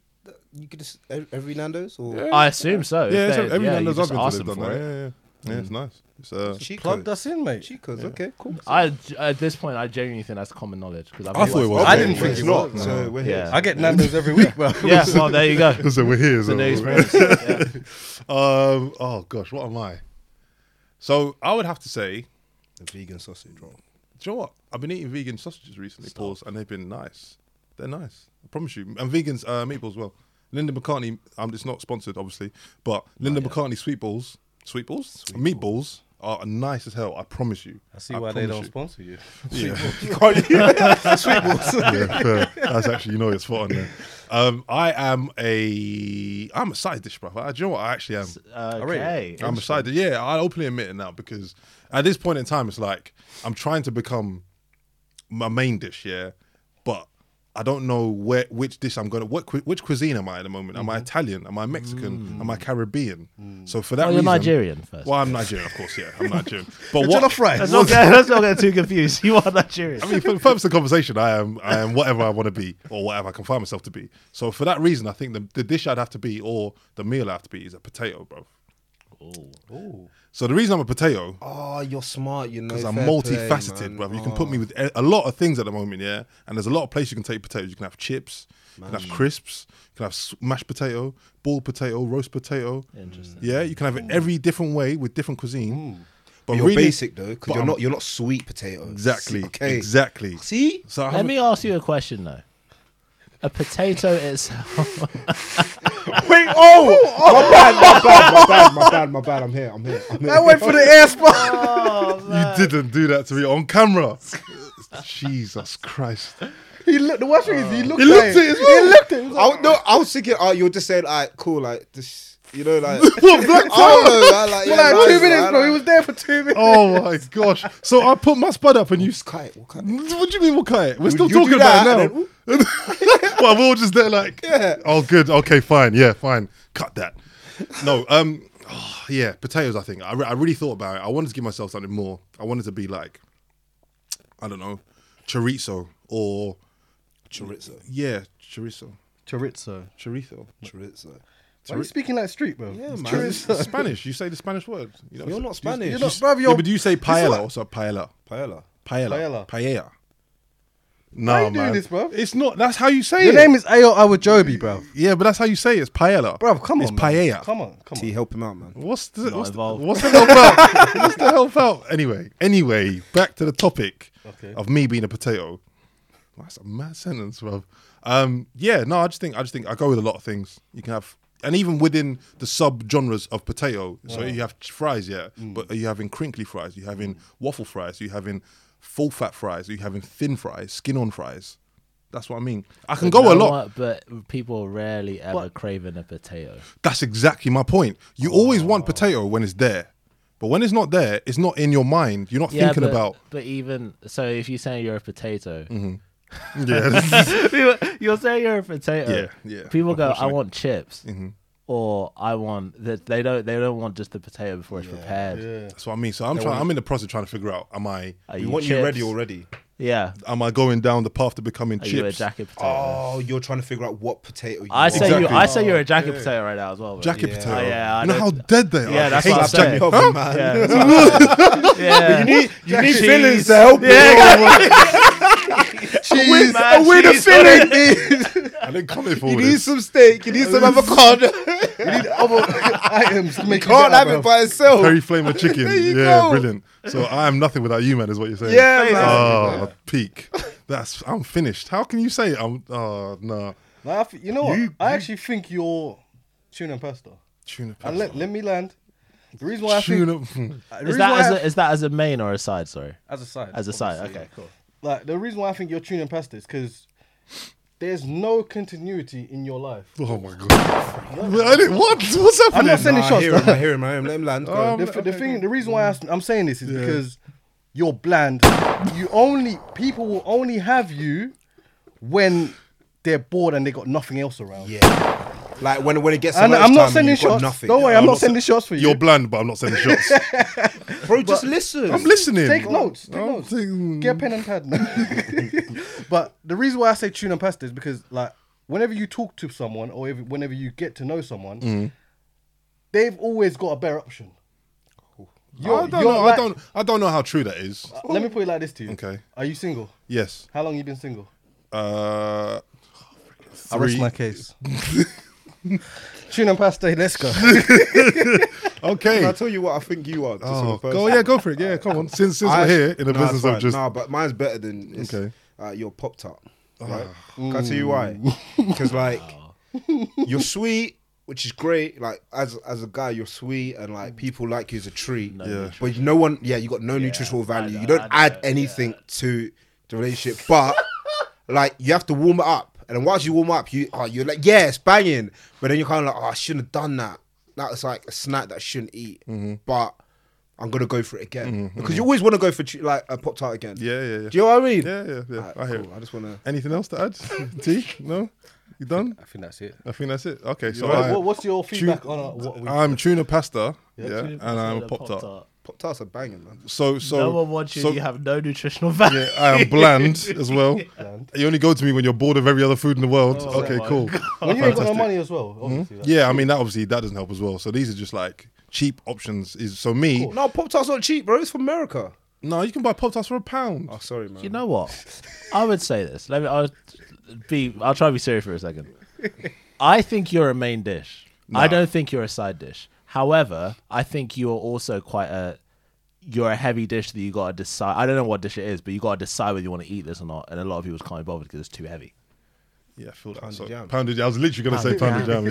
Speaker 2: you could just ev- every Nando's or
Speaker 5: I assume so.
Speaker 1: yeah,
Speaker 5: If
Speaker 1: it's
Speaker 5: they-
Speaker 1: a, every
Speaker 5: yeah,
Speaker 1: man
Speaker 5: you
Speaker 1: knows
Speaker 5: just
Speaker 1: I've
Speaker 5: ask
Speaker 1: been to
Speaker 5: them
Speaker 1: they've done
Speaker 5: for
Speaker 1: that.
Speaker 5: it. Mm.
Speaker 1: Yeah, yeah, yeah. Yeah, it's nice. It's uh,
Speaker 2: Chico's?
Speaker 4: Plugged us in, mate.
Speaker 2: Chico's, okay, cool.
Speaker 5: I at this point I genuinely think that's common knowledge because
Speaker 1: I thought it was.
Speaker 4: I didn't
Speaker 1: Yeah.
Speaker 4: think
Speaker 2: it's
Speaker 4: it
Speaker 2: not.
Speaker 4: was.
Speaker 2: So we're
Speaker 5: Yeah.
Speaker 2: here.
Speaker 4: I get Nando's every week, bro.
Speaker 5: Yeah, well there you go.
Speaker 1: So we're here. So
Speaker 5: The new experience. Yeah.
Speaker 1: um, oh gosh, what am I? So I would have to say,
Speaker 2: The vegan sausage roll.
Speaker 1: do you know what? I've been eating vegan sausages recently, Paul's, and they've been nice. They're nice. I promise you. And vegans uh, meatballs as well. Linda McCartney. Um, it's not sponsored, obviously, but Linda McCartney sweet balls, sweet balls, meatballs are nice as hell. I promise you.
Speaker 4: I see why they
Speaker 1: promise
Speaker 4: don't
Speaker 1: you.
Speaker 4: sponsor you.
Speaker 1: Yeah.
Speaker 2: Sweet balls.
Speaker 1: yeah, fair. That's actually you know it's spot on there. Um, I am a I'm a side dish, bruv. I, do you know what I actually am?
Speaker 5: Okay.
Speaker 1: I'm a side dish. Yeah, I openly admit it now because at this point in time, it's like I'm trying to become my main dish, yeah, but I don't know where which dish I'm gonna what cu- which cuisine am I at the moment? Am I Italian? Am I Mexican? Am I Caribbean? So for that
Speaker 5: Well, Oh, you're
Speaker 1: reason,
Speaker 5: Nigerian first.
Speaker 1: Well, I'm Nigerian, of course. Yeah, I'm Nigerian. But what?
Speaker 2: Jollof rice.
Speaker 5: Let's not get let's not get too confused. You are Nigerian.
Speaker 1: I mean, for the purpose of the conversation, I am I am whatever I want to be or whatever I can find myself to be. So for that reason, I think the, the dish I'd have to be or the meal I have to be is a potato, bro. So the reason I'm a potato
Speaker 2: Oh, you're smart, you know.
Speaker 1: because I'm
Speaker 2: fair play,
Speaker 1: multifaceted,
Speaker 2: man. Oh.
Speaker 1: bro. You can put me with e, a a lot of things at the moment, yeah. And there's a lot of places you can take potatoes. You can have chips, you can have crisps, you can have s- mashed potato, boiled potato, roast potato. Interesting. Yeah, you can have it every different way with different cuisine. But
Speaker 2: You're
Speaker 1: really-
Speaker 2: basic though,
Speaker 1: but
Speaker 2: because you're
Speaker 1: I'm-
Speaker 2: not you're not sweet potato.
Speaker 1: Exactly.
Speaker 2: Okay.
Speaker 1: Exactly.
Speaker 2: See,
Speaker 1: So I
Speaker 5: Let
Speaker 1: haven't-
Speaker 5: me ask you a question though. A potato itself.
Speaker 2: Wait, oh, my, bad, my bad, my bad, my bad, my bad. I'm here, I'm here, I'm here. I went for the air spot.
Speaker 1: You didn't do that to me on camera. Jesus Christ.
Speaker 2: He looked. The worst thing is he looked.
Speaker 1: He looked
Speaker 2: at
Speaker 1: it as
Speaker 2: it. He looked at it. I, was- no, I was thinking. Oh, you're just saying, all right, cool, like this. You know, like what black Like, like, yeah,
Speaker 4: like two
Speaker 2: nice,
Speaker 4: minutes,
Speaker 2: like,
Speaker 4: bro.
Speaker 2: like-
Speaker 4: He was there for two minutes.
Speaker 1: Oh my gosh. So I put my spud up and you.
Speaker 2: Cut it, we'll cut it.
Speaker 1: What do you mean we'll cut it? We're still
Speaker 2: you
Speaker 1: talking
Speaker 2: do
Speaker 1: about
Speaker 2: that
Speaker 1: it now. well, we're all just there like,
Speaker 2: Yeah.
Speaker 1: oh, good. Okay, fine. Yeah, fine. Cut that. No, um, oh, yeah, potatoes, I think. I, re- I really thought about it. I wanted to give myself something more. I wanted to be like, I don't know, chorizo or,
Speaker 2: Chorizo,
Speaker 1: yeah, chorizo.
Speaker 4: Chorizo.
Speaker 1: Chorizo.
Speaker 2: chorizo.
Speaker 4: Why are you speaking like street, bro?
Speaker 2: Yeah, man.
Speaker 1: It's Spanish. You say the Spanish word. You know,
Speaker 2: You're not
Speaker 1: do you-
Speaker 2: Spanish.
Speaker 1: do
Speaker 2: You're
Speaker 1: you-
Speaker 4: not- bruv,
Speaker 1: yeah,
Speaker 4: you're-
Speaker 1: but do you say paella or so paella?
Speaker 2: Paella.
Speaker 1: Paella.
Speaker 4: Paella.
Speaker 1: Paella.
Speaker 4: Why
Speaker 1: No,
Speaker 4: you doing
Speaker 1: man.
Speaker 4: this, bruv?
Speaker 1: It's not. That's how you say
Speaker 4: Your
Speaker 1: it.
Speaker 4: name is Ayo Awajobi, bro.
Speaker 1: yeah, but that's how you say it. It's paella.
Speaker 4: Bro, come on.
Speaker 1: It's
Speaker 4: man.
Speaker 1: paella.
Speaker 4: Come on, come
Speaker 2: T,
Speaker 4: on.
Speaker 2: help him out, man.
Speaker 1: What's the, what's, the,
Speaker 5: involved.
Speaker 1: what's the help out? what's the help out? Anyway, anyway, back to the topic
Speaker 4: Okay.
Speaker 1: of me being a potato. That's a mad sentence, bruv. Um, yeah, no, I just think I just think I go with a lot of things. You can have, and even within the sub genres of potato, so you have ch- fries, yeah, but you having crinkly fries, you having waffle fries, you having full fat fries, you having thin fries, skin on fries. That's what I mean. I can go a
Speaker 5: No
Speaker 1: lot.
Speaker 5: one- but people rarely ever craving a potato.
Speaker 1: That's exactly my point. You always want potato when it's there, but when it's not there, it's not in your mind. You're not thinking
Speaker 5: but,
Speaker 1: about. Mm-hmm.
Speaker 5: But even so, if you're saying you're a potato,
Speaker 1: Yeah,
Speaker 5: people- you're saying you're a potato.
Speaker 1: Yeah, yeah,
Speaker 5: People go, I
Speaker 1: unfortunately. Mm-hmm.
Speaker 5: want chips, or I want that. They don't. They don't want just the potato before it's prepared. Yeah.
Speaker 1: that's what I mean. So I'm trying. I'm in the process of trying to figure out: am I
Speaker 5: Are
Speaker 2: We want you
Speaker 5: chips?
Speaker 2: ready already.
Speaker 5: Yeah.
Speaker 1: am I going down the path to becoming
Speaker 5: Are
Speaker 1: chips?
Speaker 5: you a jacket potato?
Speaker 2: Oh, you're trying to figure out what potato. You
Speaker 5: I
Speaker 2: want.
Speaker 5: say you.
Speaker 1: Exactly.
Speaker 5: I say you're a jacket potato right now as well. bro.
Speaker 1: jacket
Speaker 2: Yeah.
Speaker 1: potato.
Speaker 5: Oh, yeah, I
Speaker 1: you know
Speaker 5: know.
Speaker 1: how dead they are.
Speaker 5: Yeah,
Speaker 1: I
Speaker 5: that's
Speaker 1: hate
Speaker 5: what I'm
Speaker 1: jacket-
Speaker 5: saying.
Speaker 2: Cover, man.
Speaker 5: Yeah. that's what- yeah.
Speaker 2: need, you need
Speaker 5: Cheese.
Speaker 2: fillings to help you. cheese.
Speaker 5: man,
Speaker 3: Oh,
Speaker 2: where the
Speaker 5: cheese.
Speaker 2: filling is.
Speaker 1: I didn't come here for
Speaker 2: You
Speaker 1: all
Speaker 2: need
Speaker 1: this.
Speaker 2: some steak. You need some avocado.
Speaker 4: You need other items to make you
Speaker 2: Can't
Speaker 4: better,
Speaker 2: have
Speaker 4: bro.
Speaker 2: it by itself.
Speaker 1: Curry flame of chicken.
Speaker 2: There you
Speaker 1: yeah,
Speaker 2: go.
Speaker 1: brilliant. So I am nothing without you, man. Is what you're saying.
Speaker 2: Yeah, man.
Speaker 1: Oh, peak. That's I'm finished. How can you say I'm? Oh no,
Speaker 4: Nah, I thi- you know what? I actually think you're tuna and pasta.
Speaker 1: tuna.
Speaker 4: And
Speaker 1: pasta.
Speaker 4: let, let me land. The reason why I think
Speaker 1: tuna.
Speaker 4: Uh, the
Speaker 5: Is
Speaker 4: reason
Speaker 5: that
Speaker 4: why
Speaker 5: as
Speaker 4: I-
Speaker 5: a, is that as a main or a side? Sorry.
Speaker 4: as a side,
Speaker 5: As a side.
Speaker 4: obviously,
Speaker 5: Okay.
Speaker 4: yeah.
Speaker 5: Cool.
Speaker 4: Like the reason why I think you're tuning past is because there's no continuity in your life.
Speaker 1: Oh my god! I didn't- What? What's happening?
Speaker 4: I'm not sending
Speaker 2: Nah, I
Speaker 4: shots.
Speaker 2: hear him. I hear him. I hear him. Let him land. Go.
Speaker 1: Um,
Speaker 4: the, f- the thing, the reason why I, am saying this is because you're bland. You only people will only have you when they're bored and they got nothing else around.
Speaker 2: yeah. Like when when it gets
Speaker 4: And
Speaker 2: to
Speaker 4: I'm
Speaker 2: lunchtime,
Speaker 4: not sending
Speaker 2: you've got
Speaker 4: shots.
Speaker 2: Nothing.
Speaker 4: Don't worry, I'm,
Speaker 1: I'm
Speaker 4: not,
Speaker 1: not
Speaker 4: sending shots for you.
Speaker 1: You're bland, but I'm not sending shots.
Speaker 2: bro. Just listen.
Speaker 1: I'm listening.
Speaker 4: Take notes. Take
Speaker 1: I'm
Speaker 4: notes.
Speaker 1: taking-
Speaker 4: Get a pen and pad. but the reason why I say tune and pasta is because like whenever you talk to someone or if, whenever you get to know someone, they've always got a better option.
Speaker 1: I don't
Speaker 4: you're
Speaker 1: know. I
Speaker 4: like-
Speaker 1: don't. I don't know how true that is.
Speaker 4: Uh, Let me put it like this to you.
Speaker 1: Okay.
Speaker 4: Are you single?
Speaker 1: Yes.
Speaker 4: How long you been single?
Speaker 1: Uh,
Speaker 4: I rest
Speaker 1: Three.
Speaker 4: my case. Tune and pasta, let's go.
Speaker 1: okay.
Speaker 2: I'll tell you what I think you are. This sort
Speaker 1: Oh,
Speaker 2: of person.
Speaker 1: go yeah, go for it. Yeah, come on. Since since we're here in the
Speaker 2: Nah, it's
Speaker 1: business of
Speaker 2: fine.
Speaker 1: just
Speaker 2: Nah, but mine's better than it's,
Speaker 1: Okay. Ah.
Speaker 2: uh, your pop tart. Right? Can I tell you why? Because like you're sweet, which is great. Like as as a guy, you're sweet, and like people like you as a tree.
Speaker 1: Yeah.
Speaker 2: But no one, yeah, you got no nutritional value. You don't add anything to the relationship, but like you have to warm it up. And then once you warm up, you oh, you're like, yeah, it's banging. But then you're kind of like, oh, I shouldn't have done that. That was like a snack that I shouldn't eat.
Speaker 3: Mm-hmm.
Speaker 2: But I'm gonna go for it again because you always want to go for ch- like a pop tart again.
Speaker 1: Yeah, yeah, yeah.
Speaker 2: Do you know what I mean?
Speaker 1: yeah, yeah, yeah.
Speaker 2: Alright,
Speaker 1: I hear.
Speaker 2: cool. I just wanna.
Speaker 1: Anything else to add? T? No. You done?
Speaker 4: I think that's it.
Speaker 1: I think that's it. Okay, so
Speaker 4: What-
Speaker 1: I,
Speaker 4: what- what's your feedback on uh, what we
Speaker 1: I'm tuna pasta, yeah,
Speaker 3: Tuna
Speaker 1: and
Speaker 3: pasta
Speaker 1: I'm
Speaker 3: with a
Speaker 1: pop tart.
Speaker 3: Pop-Tart.
Speaker 2: Pop tarts are banging, man.
Speaker 1: So so
Speaker 3: No one wants you.
Speaker 1: so-
Speaker 3: you have no nutritional value.
Speaker 1: yeah, I am bland as well. You only go to me when you're bored of every other food in the world. okay,
Speaker 3: my
Speaker 1: cool.
Speaker 4: When you ain't got no
Speaker 1: Fantastic.
Speaker 4: money as well, obviously. like-
Speaker 1: Yeah, I mean that obviously that doesn't help as well. So these are just like cheap options. Is so me?
Speaker 2: No, pop tarts aren't cheap, bro. It's from America.
Speaker 1: No, you can buy pop tarts for a pound.
Speaker 2: Oh, sorry, man.
Speaker 3: You know what? I would say this. Let me. I'll be. I'll try to be serious for a second. I think you're a main dish. I don't think you're a side dish. However, I think you are also quite a. You're a heavy dish that you gotta decide. I don't know what dish it is, but you gotta decide whether you want to eat this or not. And a lot of people can't be bothered because it's too heavy.
Speaker 1: Yeah, I feel that.
Speaker 2: Pounded
Speaker 1: So,
Speaker 2: jam.
Speaker 1: Pounded jam. I was literally gonna say pounded jam.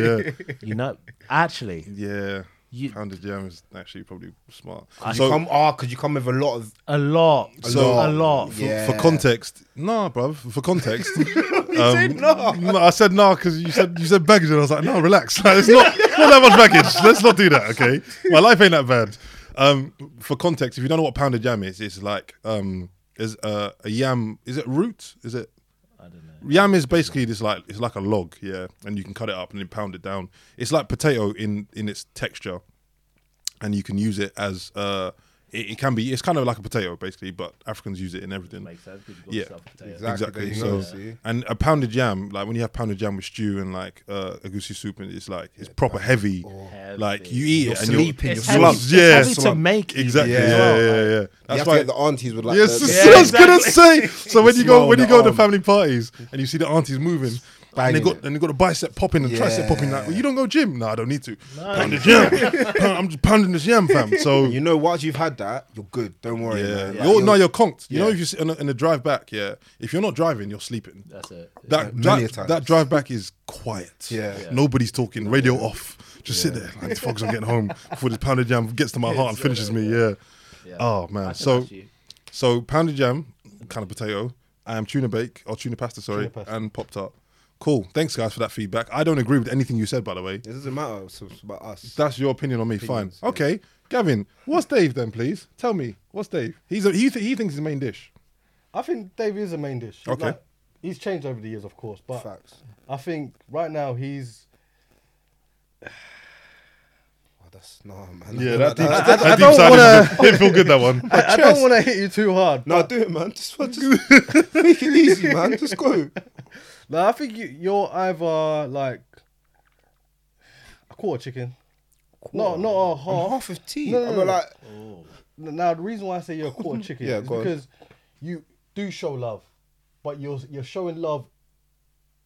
Speaker 1: Yeah.
Speaker 3: You know, actually,
Speaker 1: Yeah.
Speaker 3: You-
Speaker 1: Pounded jam is actually probably smart.
Speaker 2: you come, ah, because you come with a lot of.
Speaker 3: a lot,
Speaker 1: So-
Speaker 3: a lot.
Speaker 1: For,
Speaker 2: Yeah.
Speaker 1: for context, nah, bruv. For context, um, no, I said nah because you said you said baggage, and I was like, nah, relax. Like, it's not not that much baggage. Let's not do that. Okay, my life ain't that bad. Um, for context, if you don't know what pounded jam is, it's like um, is uh, a yam. Is it root? Is it? Yam is basically this like it's like a log, yeah, and you can cut it up and then pound it down. It's like potato in in its texture, and you can use it as uh, it, it can be. It's kind of like a potato basically, but Africans use it in everything.
Speaker 3: Makes sense. People got
Speaker 1: Yeah,
Speaker 3: stuffed potatoes.
Speaker 1: exactly.
Speaker 2: Exactly, there
Speaker 1: So
Speaker 2: you go, see?
Speaker 1: and a pounded jam, like when you have pounded jam with stew and like uh, a goosey soup, and it's like it's proper heavy. Like you eat it and you're
Speaker 2: sleeping,
Speaker 1: you're
Speaker 2: you're
Speaker 1: slumped.
Speaker 3: heavy-
Speaker 1: Yeah,
Speaker 3: it's heavy to
Speaker 1: slumped.
Speaker 3: make even
Speaker 1: Exactly.
Speaker 2: as
Speaker 1: Yeah,
Speaker 2: well.
Speaker 1: yeah, yeah. yeah.
Speaker 2: you
Speaker 1: That's
Speaker 2: have
Speaker 1: why
Speaker 2: to get the aunties with like.
Speaker 1: Yes,
Speaker 2: the,
Speaker 1: that's what I was gonna say. So when you go
Speaker 2: Small
Speaker 1: when
Speaker 2: in
Speaker 1: you
Speaker 2: the
Speaker 1: go to
Speaker 2: arm.
Speaker 1: family parties and you see the aunties moving, and they
Speaker 2: Banging
Speaker 1: got
Speaker 2: it.
Speaker 1: and they got a bicep popping and tricep popping. Like, well, you don't go gym? No, I don't need to. Pound the jam. Pound- I'm just pounding this jam, fam. So
Speaker 2: You know, once you've had that, you're good. Don't worry.
Speaker 1: yeah,
Speaker 2: man. Like,
Speaker 1: you're, no, you're conked. You know,
Speaker 2: Yeah.
Speaker 1: if you sit in a, in a drive back, yeah, if you're not driving, you're sleeping.
Speaker 3: That's it.
Speaker 1: That
Speaker 2: Many a
Speaker 1: that,
Speaker 2: times.
Speaker 1: that drive back is quiet.
Speaker 2: Yeah. Yeah.
Speaker 1: nobody's talking. Radio off. Just sit there. Like, folks, I'm getting home before this pounded jam gets to my heart and finishes me. Yeah. Oh man. So
Speaker 3: That's you.
Speaker 1: so pounded jam, kind of potato. I am tuna bake or tuna pasta, sorry, and pop tart. Cool. Thanks guys for that feedback. I don't agree with anything you said, by the way.
Speaker 2: It doesn't matter. It's it's about us.
Speaker 1: That's your opinion on me.
Speaker 2: Opinions,
Speaker 1: Fine. Okay, Gavin. What's Dave then, please? Tell me. What's Dave? He's a, he th- he thinks his main dish.
Speaker 4: I think Dave is a main dish.
Speaker 1: Okay.
Speaker 4: Like, he's changed over the years, of course, but
Speaker 2: Facts.
Speaker 4: I think right now he's.
Speaker 2: Oh, that's no man.
Speaker 1: Yeah,
Speaker 2: Like
Speaker 1: that deep,
Speaker 4: I-
Speaker 1: that
Speaker 4: I
Speaker 1: deep
Speaker 4: don't
Speaker 1: side
Speaker 4: wanna-
Speaker 1: doesn't- didn't feel good. That one.
Speaker 4: I, I don't want to hit you too hard.
Speaker 2: No, do it, man. Just, just make it easy, man. Just go.
Speaker 4: No, I think you, you're either like a quarter chicken. No, not a half.
Speaker 2: Oh, I'm half of tea.
Speaker 4: No, no,
Speaker 2: I'm
Speaker 4: no.
Speaker 2: like,
Speaker 4: Now the reason why I say you're a quarter chicken
Speaker 2: Yeah,
Speaker 4: is
Speaker 2: go on.
Speaker 4: because you do show love, but you're you're showing love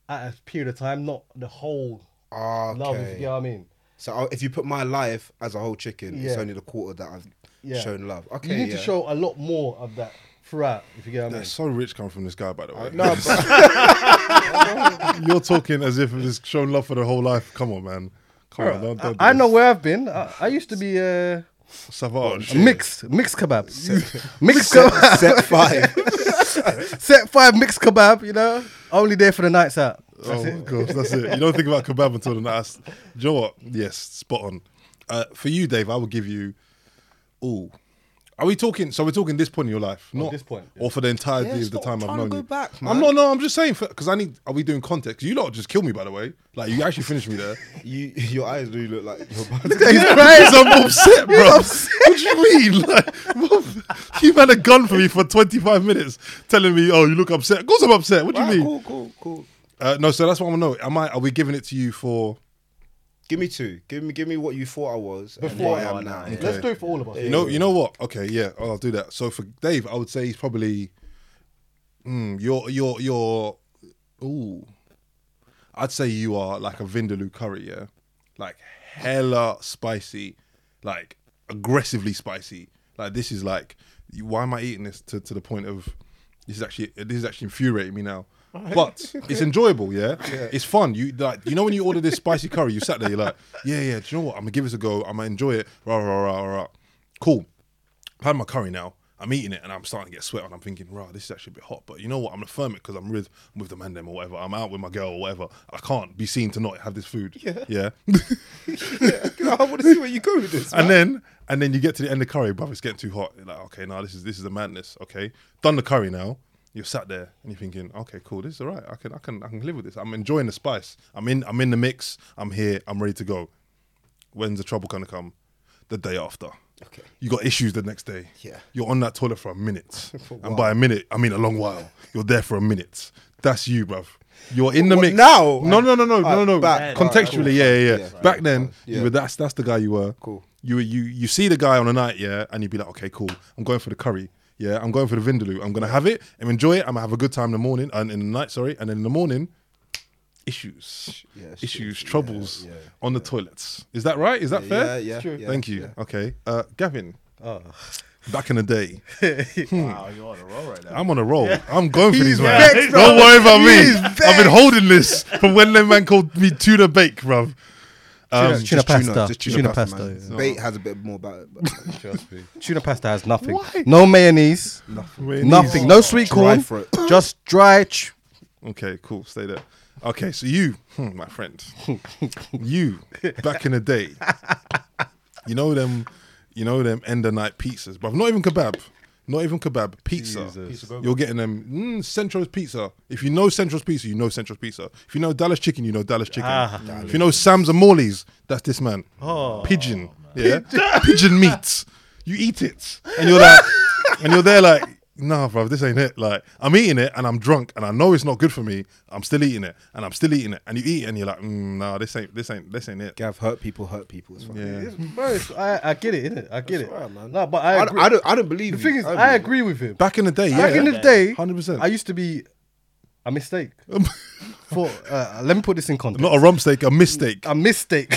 Speaker 4: at a period of time, not the whole
Speaker 2: ah, okay.
Speaker 4: love. If you get what I mean.
Speaker 2: So I- if you put my life as a whole chicken, it's
Speaker 4: Yeah.
Speaker 2: only the quarter that I've
Speaker 4: Yeah.
Speaker 2: shown love. Okay,
Speaker 4: You need to
Speaker 2: yeah.
Speaker 4: show a lot more of that throughout. If you get what I mean.
Speaker 1: That's so rich coming from this guy,
Speaker 4: Oh,
Speaker 1: by the way.
Speaker 2: No, but
Speaker 1: You're talking as if it's shown love for their whole life. Come on, man. Come on. Don't, don't do
Speaker 4: I
Speaker 1: this.
Speaker 4: know where I've been. I, I used to be uh,
Speaker 1: Savage.
Speaker 4: mixed mixed kebab, mixed kebab,
Speaker 2: set five.
Speaker 4: set five mixed kebab. You know, only there for the nights out.
Speaker 1: oh my gosh, that's it. You don't think about kebab until the night. Do you know what? Yes, spot on. Uh, for you, Dave, I will give you. Ooh, Are we talking? So we're talking this point in your life, not
Speaker 4: Oh, this point, yeah.
Speaker 1: or for the entirety of
Speaker 2: Yeah,
Speaker 1: the
Speaker 2: stop
Speaker 1: time I've
Speaker 2: trying
Speaker 1: known
Speaker 2: to go
Speaker 1: you.
Speaker 2: back,
Speaker 1: I'm
Speaker 2: man.
Speaker 1: not. No, I'm just saying because I need. Are we doing context? You lot just kill me, by the way. Like you actually finished me there.
Speaker 2: You, your eyes do look like you're about
Speaker 1: He's crying. I'm upset, bro. What do you mean? Like, bruv, you've had a gun for me for 25 minutes, telling me, "Oh, you look upset." Of course, I'm upset. What do you
Speaker 2: Right,
Speaker 1: mean?
Speaker 2: Cool, cool, cool.
Speaker 1: Uh, no, so that's what I want to know. Am I? Are we giving it to you for?
Speaker 2: Give me two. Give me, give me what you thought I was
Speaker 4: Before
Speaker 2: before I
Speaker 4: I
Speaker 2: am now.
Speaker 4: Let's do it for all of us.
Speaker 1: You know, you know what? Okay, yeah, I'll do that. So for Dave, I would say he's probably mm, you're you're you're ooh. I'd say you are like a Vindaloo curry, yeah? Like hella spicy, like aggressively spicy. Like this is like you- why am I eating this to, to the point of this is actually this is actually infuriating me now. But it's enjoyable, yeah? It's fun. You like you know when you order this spicy curry, you sat there, you're like, yeah, yeah, do you know what? I'm gonna give this a go, I'm gonna enjoy it, rah, rah, rah, rah, rah. Cool. I've had my curry now. I'm eating it and I'm starting to get sweat and I'm thinking, right, this is actually a bit hot. But you know what? I'm gonna firm it because I'm with I'm with the man them or whatever. I'm out with my girl or whatever. I can't be seen to not have this food. Yeah. Yeah.
Speaker 2: I want to see where you go with this.
Speaker 1: and then and then you get to the end of the curry, bruv, it's getting too hot. You're like, okay, now this is this is a madness. Okay. Done the curry now. You're sat there and you're thinking, okay, cool, this is all right. I can I can I can live with this. I'm enjoying the spice. I'm in I'm in the mix. I'm here. I'm ready to go. When's the trouble gonna come? The day after.
Speaker 2: Okay.
Speaker 1: You got issues the next day.
Speaker 2: Yeah.
Speaker 1: You're on that toilet for a minute. and by a minute, I mean a long while. You're there for a minute. That's you, bruv. You're in the
Speaker 2: What,
Speaker 1: mix.
Speaker 2: now?
Speaker 1: No, no, no, no, no, no.
Speaker 2: back.
Speaker 1: Contextually, yeah, yeah, yeah.
Speaker 2: Yeah, right,
Speaker 1: Back then,
Speaker 2: right. Yeah.
Speaker 1: you were that's that's the guy you were.
Speaker 2: Cool.
Speaker 1: You were- you you see the guy on a night, yeah, and you'd be like, okay, cool. I'm going for the curry. Yeah, I'm going for the vindaloo. I'm gonna have it and enjoy it. I'm gonna have a good time in the morning and in the night, sorry, and then in the morning, issues,
Speaker 2: Yeah, shit,
Speaker 1: issues,
Speaker 2: yeah,
Speaker 1: troubles
Speaker 2: yeah,
Speaker 1: on the toilets. Is that right? Is that
Speaker 2: Yeah,
Speaker 1: fair?
Speaker 2: yeah, It's true. yeah,
Speaker 1: Thank you.
Speaker 2: yeah.
Speaker 1: Okay, uh, Gavin.
Speaker 4: Oh.
Speaker 1: Back in the day,
Speaker 5: Wow, you're on a roll right now.
Speaker 1: I'm on a roll. I'm going for these, man. Don't
Speaker 2: vexed, bro.
Speaker 1: worry about
Speaker 2: He's
Speaker 1: me. I've been holding this from when that man called me tuna bake, bruv. Um,
Speaker 4: Tuna
Speaker 2: Just
Speaker 4: pasta.
Speaker 2: just
Speaker 4: Tuna
Speaker 2: man.
Speaker 4: pasta, yeah.
Speaker 2: Bait has a bit more about it. But
Speaker 4: Trust me. Tuna pasta has nothing. No mayonnaise.
Speaker 1: Mayonnaise.
Speaker 4: Nothing. No sweet
Speaker 2: Dry
Speaker 4: corn.
Speaker 2: fruit.
Speaker 4: Just dry. Ch-
Speaker 1: Okay, cool. Stay there. Okay, so you, hmm, my friend, you back in the day, you know them, you know them end of night pizzas, but not even kebab, not even kebab pizza. You're getting them mm, Centro's pizza. If you know Centro's pizza, you know Centro's pizza. If you know Dallas chicken, you know Dallas chicken. if you know Sam's and Morley's, that's this man. Pigeon, yeah, pigeon meat. You eat it, and you're like, and you're there like. Nah, bro, this ain't it. Like, I'm eating it and I'm drunk and I know it's not good for me. I'm still eating it and I'm still eating it. And you eat it and you're like, mm, nah, this ain't, this ain't, this ain't it.
Speaker 2: Gav, hurt people, hurt people. It's fine.
Speaker 1: Yeah.
Speaker 4: Bro, it's- I, I get it, innit? I get it.
Speaker 2: alright, man.
Speaker 4: No, but I
Speaker 2: I,
Speaker 4: agree.
Speaker 2: don't- I don't. I don't believe.
Speaker 4: the thing
Speaker 2: you.
Speaker 4: is,
Speaker 2: don't
Speaker 4: I
Speaker 2: believe
Speaker 4: agree with him.
Speaker 1: Back in the day, yeah.
Speaker 4: Back in the day,
Speaker 1: 100%.
Speaker 4: I used to be a mistake. For uh, let me put this in context.
Speaker 1: not a rump steak, a mistake.
Speaker 4: a mistake.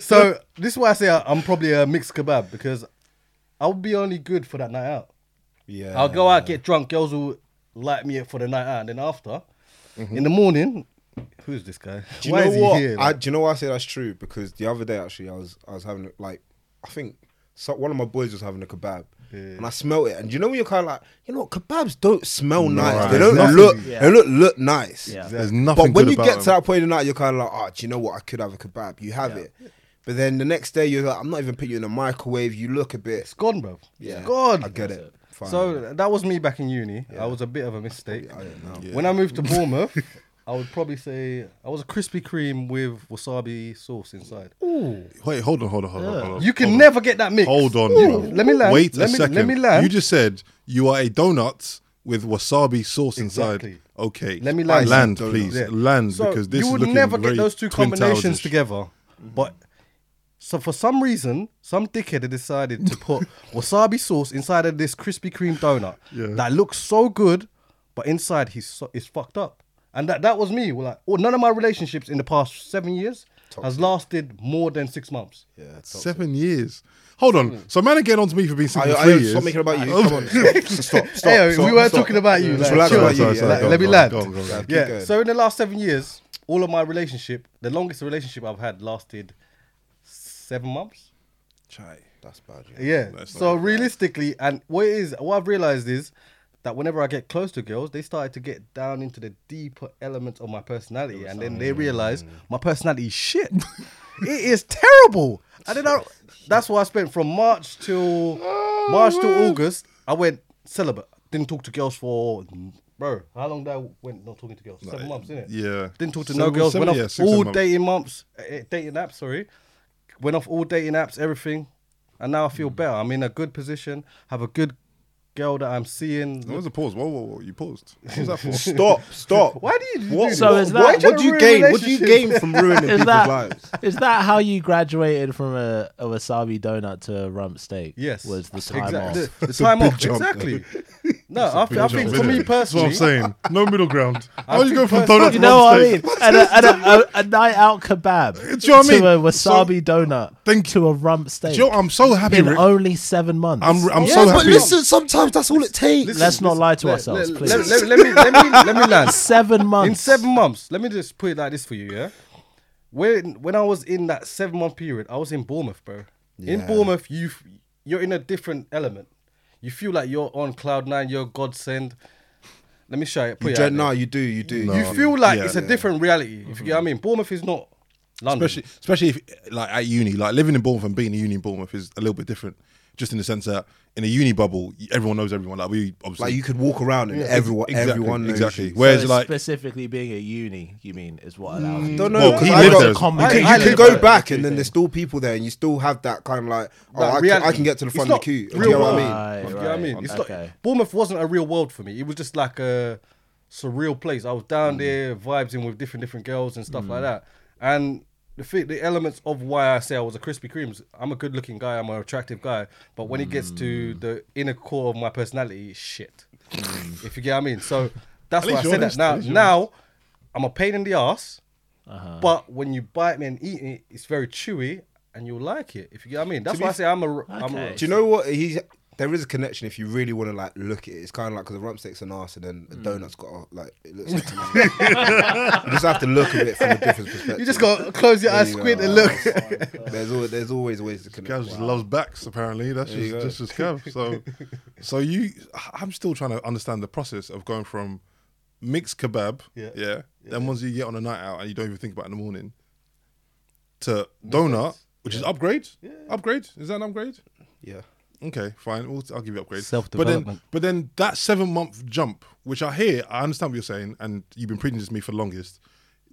Speaker 4: so this is why I say I- I'm probably a mixed kebab because I'll be only good for that night out.
Speaker 2: you. Yeah.
Speaker 4: I'll go out, get drunk, girls will like me for the night out, and then after, in the morning, who's this guy?
Speaker 2: Mm-hmm. Do you
Speaker 4: why
Speaker 2: know
Speaker 4: is he
Speaker 2: what?
Speaker 4: here?
Speaker 2: I,
Speaker 4: Like,
Speaker 2: do you know why I say that's true? Because the other day, actually, I was I was having like I think so, one of my boys was having a kebab, and I smelled it. And you know when you're kind of like, you know what, kebabs don't smell nice. They don't
Speaker 1: Nothing.
Speaker 2: look.
Speaker 5: Yeah.
Speaker 2: They look look nice.
Speaker 5: Yeah.
Speaker 1: There's nothing
Speaker 2: But when
Speaker 1: good
Speaker 2: you
Speaker 1: about
Speaker 2: get
Speaker 1: them.
Speaker 2: to that point in the night, you're kind of like, oh, do you know what? I could have a kebab. You have it. But then the next day, you're like, I'm not even putting you in the microwave. You look a bit.
Speaker 4: it's gone, bro.
Speaker 2: Yeah,
Speaker 4: It's gone.
Speaker 2: I get it. Fine.
Speaker 4: So that was me back in uni. I was a bit of a mistake.
Speaker 2: I don't know.
Speaker 4: When I moved to Bournemouth, I would probably say I was a Krispy Kreme with wasabi sauce inside.
Speaker 1: Wait, hold on, hold on, hold on, hold on.
Speaker 4: You can
Speaker 1: hold
Speaker 4: never get that mix.
Speaker 1: On. Hold on,
Speaker 4: Ooh,
Speaker 1: bro.
Speaker 4: Let me land.
Speaker 1: Wait
Speaker 4: let
Speaker 1: a
Speaker 4: me,
Speaker 1: second.
Speaker 4: Let me land.
Speaker 1: You just said you are a donut with wasabi sauce
Speaker 4: Exactly.
Speaker 1: inside. Okay.
Speaker 4: Let me land.
Speaker 1: Land,
Speaker 4: Donut.
Speaker 1: please.
Speaker 4: Yeah.
Speaker 1: Land,
Speaker 4: So
Speaker 1: because this
Speaker 4: you
Speaker 1: is
Speaker 4: would
Speaker 1: looking
Speaker 4: never
Speaker 1: very
Speaker 4: get those two
Speaker 1: Twin
Speaker 4: combinations
Speaker 1: Towers-ish. Mm-hmm.
Speaker 4: together. But so for some reason, some dickhead had decided to put wasabi sauce inside of this Krispy Kreme donut
Speaker 1: Yeah.
Speaker 4: that looks so good, but inside he's so, it's fucked up. And that that was me. Well, like, well, none of my relationships in the past seven years has lasted more than six months.
Speaker 2: Yeah, so-
Speaker 1: Seven years. Hold
Speaker 4: Hmm.
Speaker 1: on. So, man, are getting on to me for being
Speaker 2: I,
Speaker 1: single
Speaker 2: I,
Speaker 1: for
Speaker 2: I,
Speaker 1: three years.
Speaker 2: stop making it about you. Come on, stop, stop, stop.
Speaker 4: Oh. Hey,
Speaker 2: stop,
Speaker 4: we weren't
Speaker 2: stop.
Speaker 4: talking about you.
Speaker 2: Just
Speaker 4: like,
Speaker 2: relax
Speaker 4: chill.
Speaker 2: about you,
Speaker 1: Sorry, sorry,
Speaker 4: Let-
Speaker 1: go on,
Speaker 4: let
Speaker 1: go
Speaker 4: me
Speaker 1: on,
Speaker 4: land.
Speaker 1: go on, go on, go on.
Speaker 2: Keep
Speaker 4: Yeah.
Speaker 2: going.
Speaker 4: So in the last seven years, all of my relationship, the longest relationship I've had lasted seven months.
Speaker 2: Chai, that's bad. Yeah.
Speaker 4: Yeah.
Speaker 1: That's
Speaker 4: so realistically, and what it is what I've realized is that whenever I get close to girls, they started to get down into the deeper elements of my personality, and then they realize
Speaker 1: Mm.
Speaker 4: my personality is shit. it is terrible. And then I, that's why I spent from March till
Speaker 1: Oh,
Speaker 4: March to August, I went celibate. Didn't talk to girls for bro. How long that went not talking to girls? Seven months, didn't it?
Speaker 1: yeah.
Speaker 4: Didn't talk to
Speaker 1: Seven-
Speaker 4: no girls.
Speaker 1: seven-
Speaker 4: went
Speaker 1: yeah,
Speaker 4: off
Speaker 1: six,
Speaker 4: all
Speaker 1: seven months.
Speaker 4: dating months, eh, dating apps. Sorry, went off all dating apps, everything, and now I feel
Speaker 1: Hmm.
Speaker 4: better. I'm in a good position. Have a good girl that I'm seeing.
Speaker 1: There was a pause. Whoa, whoa, whoa! You paused. What was that for?
Speaker 2: Stop, stop.
Speaker 4: Why do you do
Speaker 2: What,
Speaker 4: this?
Speaker 3: So
Speaker 2: what,
Speaker 3: is
Speaker 2: why
Speaker 3: that-
Speaker 2: do you
Speaker 4: Why
Speaker 2: gain?
Speaker 4: do you
Speaker 2: What do you
Speaker 4: ruin
Speaker 2: gain from ruining people's
Speaker 3: Is that
Speaker 2: lives?
Speaker 3: is that how you graduated from a, a wasabi donut to a rump steak?
Speaker 4: Yes,
Speaker 3: was the time
Speaker 4: Exact-
Speaker 3: off.
Speaker 4: The, the
Speaker 1: It's a
Speaker 4: time
Speaker 1: big
Speaker 4: off,
Speaker 1: jump,
Speaker 4: exactly. No, I,
Speaker 1: Big
Speaker 4: th- I think
Speaker 1: jump,
Speaker 4: for
Speaker 1: innit?
Speaker 4: me
Speaker 1: That's what
Speaker 4: personally,
Speaker 1: I'm saying. No middle ground. How
Speaker 4: I
Speaker 1: do you go
Speaker 4: think
Speaker 1: from
Speaker 4: personally-
Speaker 1: donut to
Speaker 3: You know what I
Speaker 1: steak?
Speaker 3: mean? And a, and a, a, a night out kebab
Speaker 1: Do you know what I mean?
Speaker 3: to a wasabi donut
Speaker 1: Thank-
Speaker 3: to a rump steak
Speaker 1: Do you know, I'm so happy.
Speaker 3: in
Speaker 1: Rick.
Speaker 3: only seven months.
Speaker 1: I'm, I'm
Speaker 4: Yeah,
Speaker 1: so
Speaker 4: but
Speaker 1: happy.
Speaker 4: listen,
Speaker 7: sometimes that's all it takes.
Speaker 3: Let's not lie to ourselves,
Speaker 4: let,
Speaker 3: please.
Speaker 4: let, let, let me let me let me land.
Speaker 3: seven months.
Speaker 4: In seven months, let me just put it like this for you, yeah. When when I was in that seven month period, I was in Bournemouth, bro. In Bournemouth, you f- you're in a different element. You feel like you're on cloud nine. You're godsend. Let me show you. Put
Speaker 2: You
Speaker 4: it
Speaker 2: don't
Speaker 4: out
Speaker 2: know.
Speaker 4: there.
Speaker 2: You do. You do.
Speaker 1: No.
Speaker 4: You
Speaker 1: Oh,
Speaker 4: feel like
Speaker 1: yeah,
Speaker 4: it's a
Speaker 1: yeah.
Speaker 4: different reality. If you get what I mean, Bournemouth is not London.
Speaker 1: especially especially if like at uni, like living in Bournemouth and being in uni in Bournemouth is a little bit different, just in the sense that in a uni bubble, everyone knows everyone. Like we obviously,
Speaker 2: Like you could walk around and everyone,
Speaker 1: exactly,
Speaker 2: everyone knows
Speaker 1: exactly.
Speaker 2: you.
Speaker 1: Whereas
Speaker 3: So
Speaker 1: like Mm.
Speaker 3: specifically being at uni, you mean is what allows you.
Speaker 2: Don't know.
Speaker 1: well,
Speaker 2: because
Speaker 1: he
Speaker 2: I
Speaker 1: lives
Speaker 2: got-
Speaker 1: there. as-
Speaker 3: com-
Speaker 2: You
Speaker 3: I-
Speaker 2: can, you
Speaker 3: I
Speaker 2: can
Speaker 3: live
Speaker 2: go
Speaker 3: there.
Speaker 2: back, and then there's still people there, and you still have that kind of like, oh,
Speaker 4: That
Speaker 2: I, can,
Speaker 4: reality.
Speaker 2: I can get to the
Speaker 4: It's
Speaker 2: front
Speaker 4: not
Speaker 2: of the queue. Do
Speaker 4: real
Speaker 2: you know what I
Speaker 4: world.
Speaker 2: mean?
Speaker 3: Right,
Speaker 4: You get what I
Speaker 3: right.
Speaker 4: mean? It's
Speaker 3: Okay.
Speaker 4: like Bournemouth wasn't a real world for me. It was just like a surreal place. I was down
Speaker 2: Mm.
Speaker 4: there vibing with different different girls and stuff like that. And the thing, the elements of why I say I was a Krispy Kreme is I'm a good looking guy. I'm an attractive guy. But when it gets to
Speaker 2: Mm.
Speaker 4: the inner core of my personality, shit.
Speaker 2: Mm.
Speaker 4: if you get what I mean. So that's
Speaker 1: At
Speaker 4: why I
Speaker 1: least
Speaker 4: said
Speaker 1: you're honest.
Speaker 4: that. Now,
Speaker 1: At least you're
Speaker 4: now I'm a pain in the ass.
Speaker 1: Uh-huh.
Speaker 4: But when you bite me and eat it, it's very chewy, and you'll like it. If you get what I mean, that's why I say I'm a. am a
Speaker 3: Okay.
Speaker 2: Do you know what? He's there is a connection if you really want to like look at it. It's kind of like because a rump steak's an arse, and then
Speaker 4: Mm.
Speaker 2: a donut's got a, like it looks. Like an arse. you just have to look at it from a different perspective.
Speaker 4: You just gotta close your
Speaker 2: There
Speaker 4: eyes,
Speaker 2: you go.
Speaker 4: squint, and look.
Speaker 2: There's always, there's always ways to connect.
Speaker 1: Gav just loves backs apparently. That's just that's just Gav. So so you, I'm still trying to understand the process of going from mixed kebab, yeah, then once you get on a night out and you don't even think about it in the morning, to donut, which is upgrade. Upgrade is that an upgrade?
Speaker 2: Yeah.
Speaker 1: Okay, fine. We'll, I'll give you upgrade. But then,
Speaker 4: Self-development.
Speaker 1: but then that seven month jump, which I hear, I understand what you're saying, and you've been preaching this to me for the longest.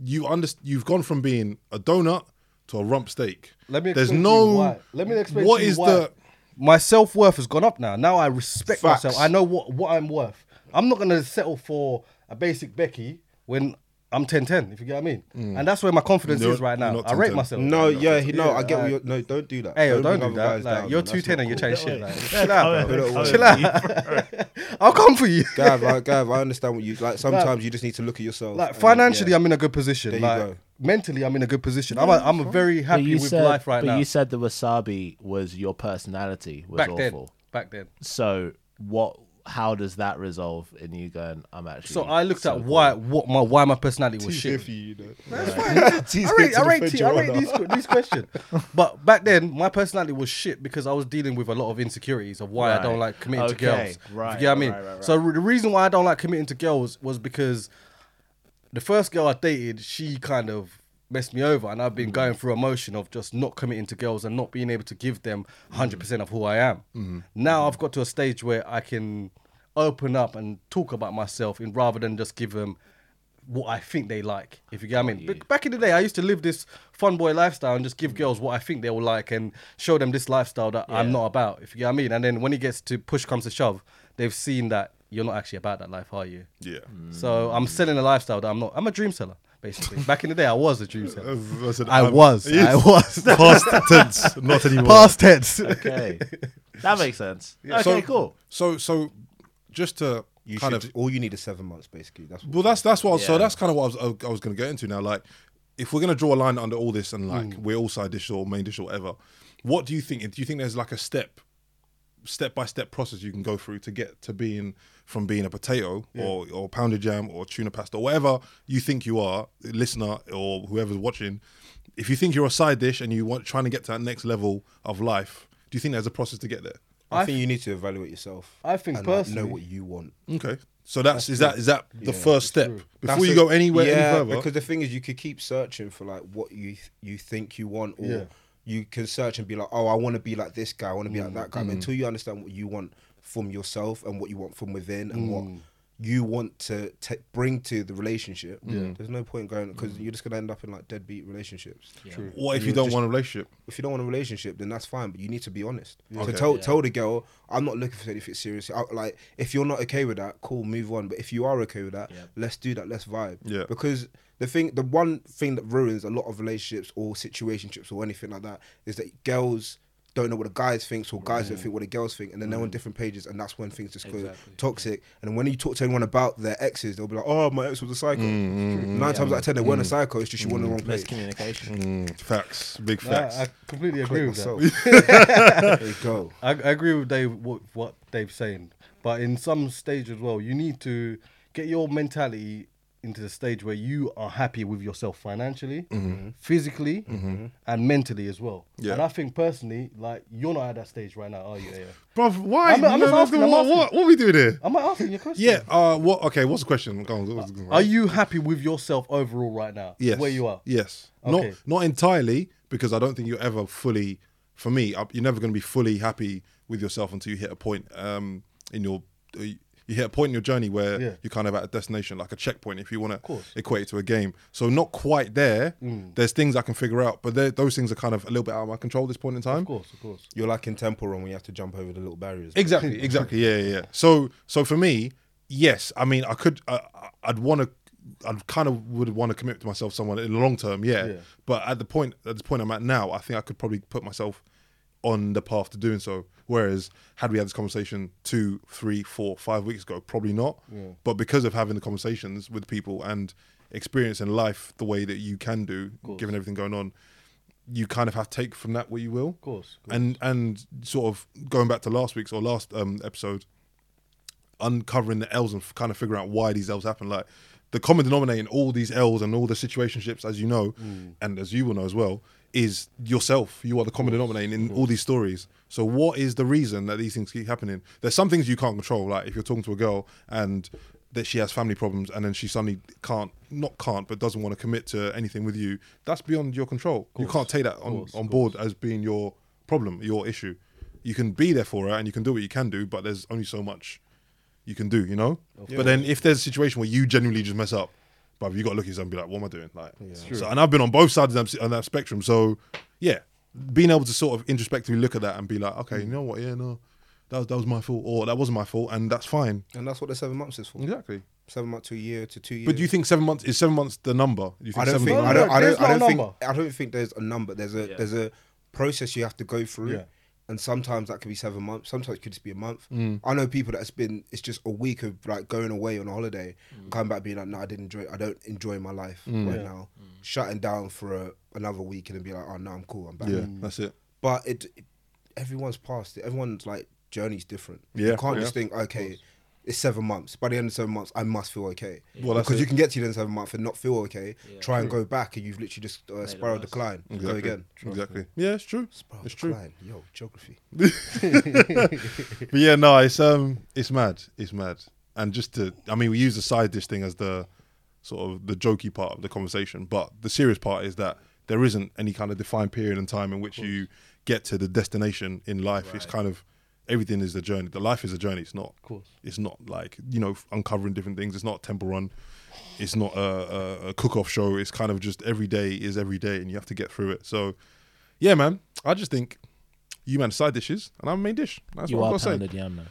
Speaker 1: You under, you've gone from being a donut to a rump steak.
Speaker 4: Let me.
Speaker 1: There's
Speaker 4: explain to
Speaker 1: no.
Speaker 4: you why. Let me explain.
Speaker 1: What
Speaker 4: to you
Speaker 1: is
Speaker 4: why.
Speaker 1: the?
Speaker 4: My self worth has gone up now. Now I respect
Speaker 2: Facts.
Speaker 4: myself. I know what what I'm worth. I'm not gonna settle for a basic Becky when I'm ten ten. If you get what I mean. And that's where my confidence
Speaker 1: You're-
Speaker 4: is right now.
Speaker 1: Mm. you're not
Speaker 4: I rate
Speaker 1: 10.
Speaker 4: myself.
Speaker 2: No, yeah, he, no,
Speaker 4: Yeah,
Speaker 2: I get what
Speaker 4: like-
Speaker 2: you're, no, don't do that.
Speaker 4: Hey, yo,
Speaker 2: bring
Speaker 4: don't, do
Speaker 2: other
Speaker 4: that.
Speaker 2: guys
Speaker 4: Like,
Speaker 2: down,
Speaker 4: you're
Speaker 2: man.
Speaker 4: two
Speaker 2: That's
Speaker 4: ten
Speaker 2: not
Speaker 4: and you're
Speaker 2: cool.
Speaker 4: chatting shit. Like, chill out, bro.
Speaker 2: Don't
Speaker 4: Chill out. I'll come for you.
Speaker 2: Gav, I, Gav, I understand what you like. Sometimes you just need to look at yourself.
Speaker 4: Like
Speaker 2: and,
Speaker 4: financially,
Speaker 2: yeah.
Speaker 4: I'm in a good position.
Speaker 2: There you
Speaker 4: like
Speaker 2: go.
Speaker 4: mentally, I'm in a good position. I'm a, I'm a very
Speaker 3: But
Speaker 4: happy
Speaker 3: you
Speaker 4: with
Speaker 3: said,
Speaker 4: life right
Speaker 3: but
Speaker 4: now.
Speaker 3: you said the wasabi was your personality was
Speaker 4: back
Speaker 3: awful.
Speaker 4: then, back then.
Speaker 3: So what? How does that resolve in you going? I'm actually.
Speaker 4: So I looked
Speaker 3: so
Speaker 4: at why what my why my personality was shit. I rate, I rate, I rate these, these questions. But back then, my personality was shit because I was dealing with a lot of insecurities of why I don't
Speaker 3: Right.
Speaker 4: like committing to
Speaker 3: Okay.
Speaker 4: girls.
Speaker 3: Right,
Speaker 4: You get what I mean?
Speaker 3: right, right, right.
Speaker 4: So the reason why I don't like committing to girls was because the first girl I dated, she kind of messed me over, and I've been going through a motion of just not committing to girls and not being able to give them 100% of who I am. Now I've got to a stage where I can open up and talk about myself, and rather than just give them what I think they like. If you get what I mean. But Back in the day, I used to live this fun boy lifestyle and just give girls what I think they will like and show them this lifestyle that I'm not about. If you get what I mean. And then when it gets to push comes to shove, they've seen that you're not actually about that life, are you?
Speaker 1: Yeah.
Speaker 4: So I'm selling a lifestyle that I'm not. I'm a dream seller, basically. Back in the day, I was a dream seller.
Speaker 1: I, said,
Speaker 4: I
Speaker 1: um,
Speaker 4: was.
Speaker 1: it
Speaker 4: I
Speaker 1: is
Speaker 4: was.
Speaker 1: Past tense, not anymore.
Speaker 4: Past tense.
Speaker 3: Okay, that makes sense. Okay,
Speaker 1: So-
Speaker 3: cool.
Speaker 1: So so, just to
Speaker 2: You
Speaker 1: kind
Speaker 2: should,
Speaker 1: of
Speaker 2: all you need is seven months, basically. That's what
Speaker 1: Well, that's that's what. So
Speaker 3: Yeah.
Speaker 1: that's kind of what I was, I was going to get into now. Like, if we're going to draw a line under all this, and like
Speaker 2: Mm.
Speaker 1: we're all side dish or main dish or whatever, what do you think? Do you think there's like a step, step by step process you can go through to get to being from being a potato or or pounded jam or tuna pasta or whatever you think you are, listener or whoever's watching? If you think you're a side dish and you want trying to get to that next level of life, do you think there's a process to get there?
Speaker 2: I,
Speaker 4: I
Speaker 2: think you need to evaluate yourself.
Speaker 4: I think
Speaker 2: and, like, know
Speaker 4: personally-
Speaker 2: what you want.
Speaker 1: Okay, so that's, is that is that the first step before
Speaker 2: That's
Speaker 1: you
Speaker 2: a-
Speaker 1: go anywhere
Speaker 2: yeah,
Speaker 1: any further?
Speaker 2: Because the thing is, you could keep searching for like what you th- you think you want, or
Speaker 4: Yeah.
Speaker 2: you can search and be like, oh, I want to be like this guy, I want to be like that guy.
Speaker 1: Mm.
Speaker 2: But Until you understand what you want from yourself and what you want from within and
Speaker 1: Mm.
Speaker 2: what you want to t- bring to the relationship, there's no point going
Speaker 1: Mm.
Speaker 2: because you're just gonna end up in like deadbeat relationships. True.
Speaker 1: What if you don't want a relationship?
Speaker 2: If you don't want a relationship, then that's fine, but you need to be honest. So tell tell the girl, I'm not looking for anything serious. I, like, if you're not okay with that, cool, move on. But if you are okay with that, let's do that. Let's vibe.
Speaker 1: Yeah.
Speaker 2: Because the thing, the one thing that ruins a lot of relationships or situationships or anything like that is that girls don't know what the guys thinks or guys don't think what the girls think, and then they're on different pages, and that's when things just go toxic. And when you talk to anyone about their exes, they'll be like, "Oh, my ex was a psycho." Nine times out of ten, they weren't a psycho. It's just you went the wrong place.
Speaker 5: Miscommunication.
Speaker 1: Mm, facts, big
Speaker 4: No, I,
Speaker 1: facts.
Speaker 4: I completely agree with that.
Speaker 2: there you go.
Speaker 4: I, I agree with Dave what, what Dave's saying, but in some stage as well, you need to get your mentality into the stage where you are happy with yourself financially, physically, and mentally as well.
Speaker 1: Mm-hmm. Yeah.
Speaker 4: And I think personally, like you're not at that stage right now, are you? Yeah.
Speaker 1: Bruv, why?
Speaker 4: I'm- I'm
Speaker 1: No,
Speaker 4: just
Speaker 1: no,
Speaker 4: asking, I'm
Speaker 1: what,
Speaker 4: asking.
Speaker 1: what? What are we doing here?
Speaker 4: Am I asking you a question?
Speaker 1: Yeah. Uh, what? Okay. What's the question? Go on, go on, go on.
Speaker 4: Are you happy with yourself overall right now?
Speaker 1: Yes.
Speaker 4: Where you are?
Speaker 1: Yes.
Speaker 4: Okay.
Speaker 1: Not not entirely because I don't think you're ever fully. For me, I- you're never going to be fully happy with yourself until you hit a point um, in your. uh, You hit a point in your journey where
Speaker 4: Yeah.
Speaker 1: you're kind of at a destination, like a checkpoint, if you want to
Speaker 4: course. Mm.
Speaker 1: equate it to a game. So not quite there. There's things I can figure out, but they're- those things are kind of a little bit out of my control at this point in time.
Speaker 4: Of course, of course.
Speaker 2: You're like in Temple Run when you have to jump over the little barriers.
Speaker 1: Exactly, exactly. Yeah, yeah. yeah. So, so for me, yes. I mean, I could, I I- I'd want to, I'd kind of would want to commit to myself someone in the long term. Yeah.
Speaker 4: Yeah.
Speaker 1: But at the point, at the point I'm at now, I think I could probably put myself on the path to doing so. Whereas, had we had this conversation two, three, four, five weeks ago, probably not. But because of having the conversations with people and experiencing life the way that you can do, given everything going on, you kind of have to take from that what you will. Of
Speaker 4: course, of
Speaker 1: And and sort of going back to last week's or last um, episode, uncovering the L's and f- kind of figuring out why these L's happen. Like the common denominator in all these L's and all the situationships, as you know, and as you will know as well, is yourself. You are the common denominator in all these stories. So what is the reason that these things keep happening? There's some things you can't control. Like if you're talking to a girl and that she has family problems and then she suddenly can't not can't but doesn't want to commit to anything with you that's beyond your control you can't take that on, on board as being your problem your issue you can be there for her and you can do what you can do but there's only so much you can do, you know? But then if there's a situation where you genuinely just mess up, bruv, you got to look at yourself and be like, what am I doing? Like, so, and I've been on both sides of that, on that spectrum. So, yeah, being able to sort of introspectively look at that and be like, okay, you know what? Yeah, no, that was, that was my fault or that wasn't my fault and that's fine.
Speaker 2: And that's what the seven months is for.
Speaker 1: Exactly.
Speaker 2: Seven months to a year to two years.
Speaker 1: But do you think seven months is seven months the number? Do you think
Speaker 2: I don't
Speaker 1: seven
Speaker 2: think
Speaker 1: months-
Speaker 2: I don't I
Speaker 4: there's
Speaker 2: don't, I
Speaker 4: not a
Speaker 2: don't think
Speaker 4: number.
Speaker 2: I don't think there's a number. There's a there's a process you have to go through.
Speaker 4: Yeah.
Speaker 2: And sometimes that could be seven months. Sometimes it could just be a month.
Speaker 1: Mm.
Speaker 2: I know people that's been it's just a week of like going away on a holiday, coming back being like, no, I didn't enjoy. I don't enjoy my life
Speaker 1: Mm.
Speaker 2: right now. Shutting down for a, another week and then be like, oh no, I'm cool. I'm back.
Speaker 1: Yeah, that's it.
Speaker 2: But it, it- everyone's past it. Everyone's like journey's different.
Speaker 1: Yeah,
Speaker 2: you can't just
Speaker 1: yeah.
Speaker 2: think okay. It's seven months. By the end of seven months, I must feel okay.
Speaker 1: Well, that's
Speaker 2: because
Speaker 1: it.
Speaker 2: you can get to the end of seven months and not feel okay. try and go back, and you've literally just uh, spiral decline. Go
Speaker 1: Exactly.
Speaker 2: again.
Speaker 1: Exactly. Yeah, it's true.
Speaker 2: Spiral
Speaker 1: It's true.
Speaker 2: decline. Yo, geography.
Speaker 1: but yeah, no, it's um, it's mad, it's mad, and just to, I mean, we use the side dish thing as the sort of the jokey part of the conversation, but the serious part is that there isn't any kind of defined period in time in which you get to the destination in life. It's kind of everything is the journey. The life is a journey. It's not. Of
Speaker 4: course.
Speaker 1: It's not like you know uncovering different things. It's not a temple run. It's not a, a, a cook-off show. It's kind of just every day is every day, and you have to get through it. So, yeah, man, I just think. You man side dishes, and I'm main dish. That's
Speaker 5: You
Speaker 1: what I've
Speaker 5: are
Speaker 1: got to say.
Speaker 5: pounded yam now.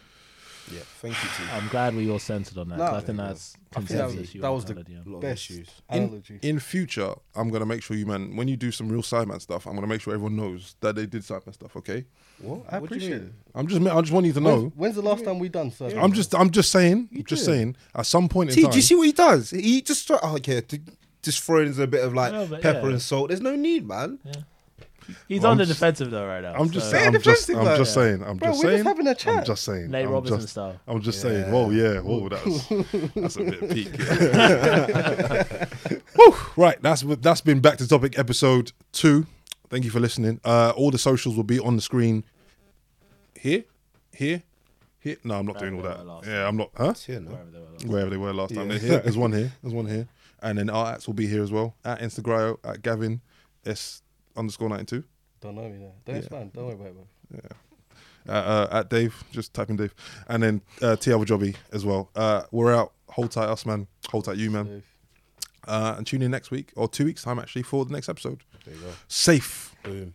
Speaker 2: Yeah, thank you. T.
Speaker 5: I'm glad we all centered on that. 'cause
Speaker 4: Nah,
Speaker 5: I think that's
Speaker 4: think that was-
Speaker 5: consensus. you
Speaker 4: that
Speaker 5: are
Speaker 4: was the-
Speaker 5: pounded yam.
Speaker 2: A lot of
Speaker 4: Best
Speaker 2: issues.
Speaker 4: analogy.
Speaker 1: In future, I'm gonna make sure you man when you do some real Sideman stuff, I'm gonna make sure everyone knows that they did Sideman stuff. Okay,
Speaker 2: What?
Speaker 4: I
Speaker 2: What do you
Speaker 4: appreciate
Speaker 2: mean?
Speaker 4: it.
Speaker 1: I'm just I just want you to
Speaker 4: When's,
Speaker 1: know.
Speaker 4: when's the last time we done, sir?
Speaker 1: I'm just I'm just saying I'm just saying at some point in
Speaker 2: T,
Speaker 1: time.
Speaker 2: do you see what he does? He just try, oh, okay, to, just throwing a bit of like
Speaker 5: No, but
Speaker 2: pepper
Speaker 5: yeah.
Speaker 2: and salt. There's no need, man.
Speaker 5: He's
Speaker 1: Well,
Speaker 5: on
Speaker 1: I'm
Speaker 5: the
Speaker 1: just-
Speaker 5: defensive though right now.
Speaker 1: I'm just
Speaker 5: so-
Speaker 1: saying. I'm just
Speaker 4: defensive
Speaker 1: I'm
Speaker 4: like
Speaker 1: just
Speaker 4: that.
Speaker 1: saying. I'm
Speaker 4: Bro,
Speaker 1: just
Speaker 4: we're just
Speaker 1: saying.
Speaker 4: having a
Speaker 1: I'm
Speaker 4: chat.
Speaker 1: just saying.
Speaker 5: Nate
Speaker 1: I'm
Speaker 5: Robinson
Speaker 1: just,
Speaker 5: style.
Speaker 1: I'm just saying. Whoa, yeah. Whoa, that was that's a bit peak. Whew, right, that's what- that's been back to topic episode two. Thank you for listening. Uh, all the socials will be on the screen. Here, here, here. No, I'm not doing all
Speaker 5: they
Speaker 1: that.
Speaker 5: were last
Speaker 1: Yeah, I'm not. Huh?
Speaker 2: It's here now.
Speaker 1: Wherever they were last time. They're here. There's one here. There's one here. And then our ads will be here as well. At Instagram at Gavin S underscore ninety two.
Speaker 4: Don't know me there. Don't expand. Don't worry about it. Bro.
Speaker 1: uh, uh, at Dave. Just type in Dave, and then uh, T Alva Jobby as well. Uh, we're out. Hold tight, us man. Hold tight, you man.
Speaker 4: Dave.
Speaker 1: Uh, and tune in next week or two weeks time actually for the next episode. Safe.
Speaker 2: Boom.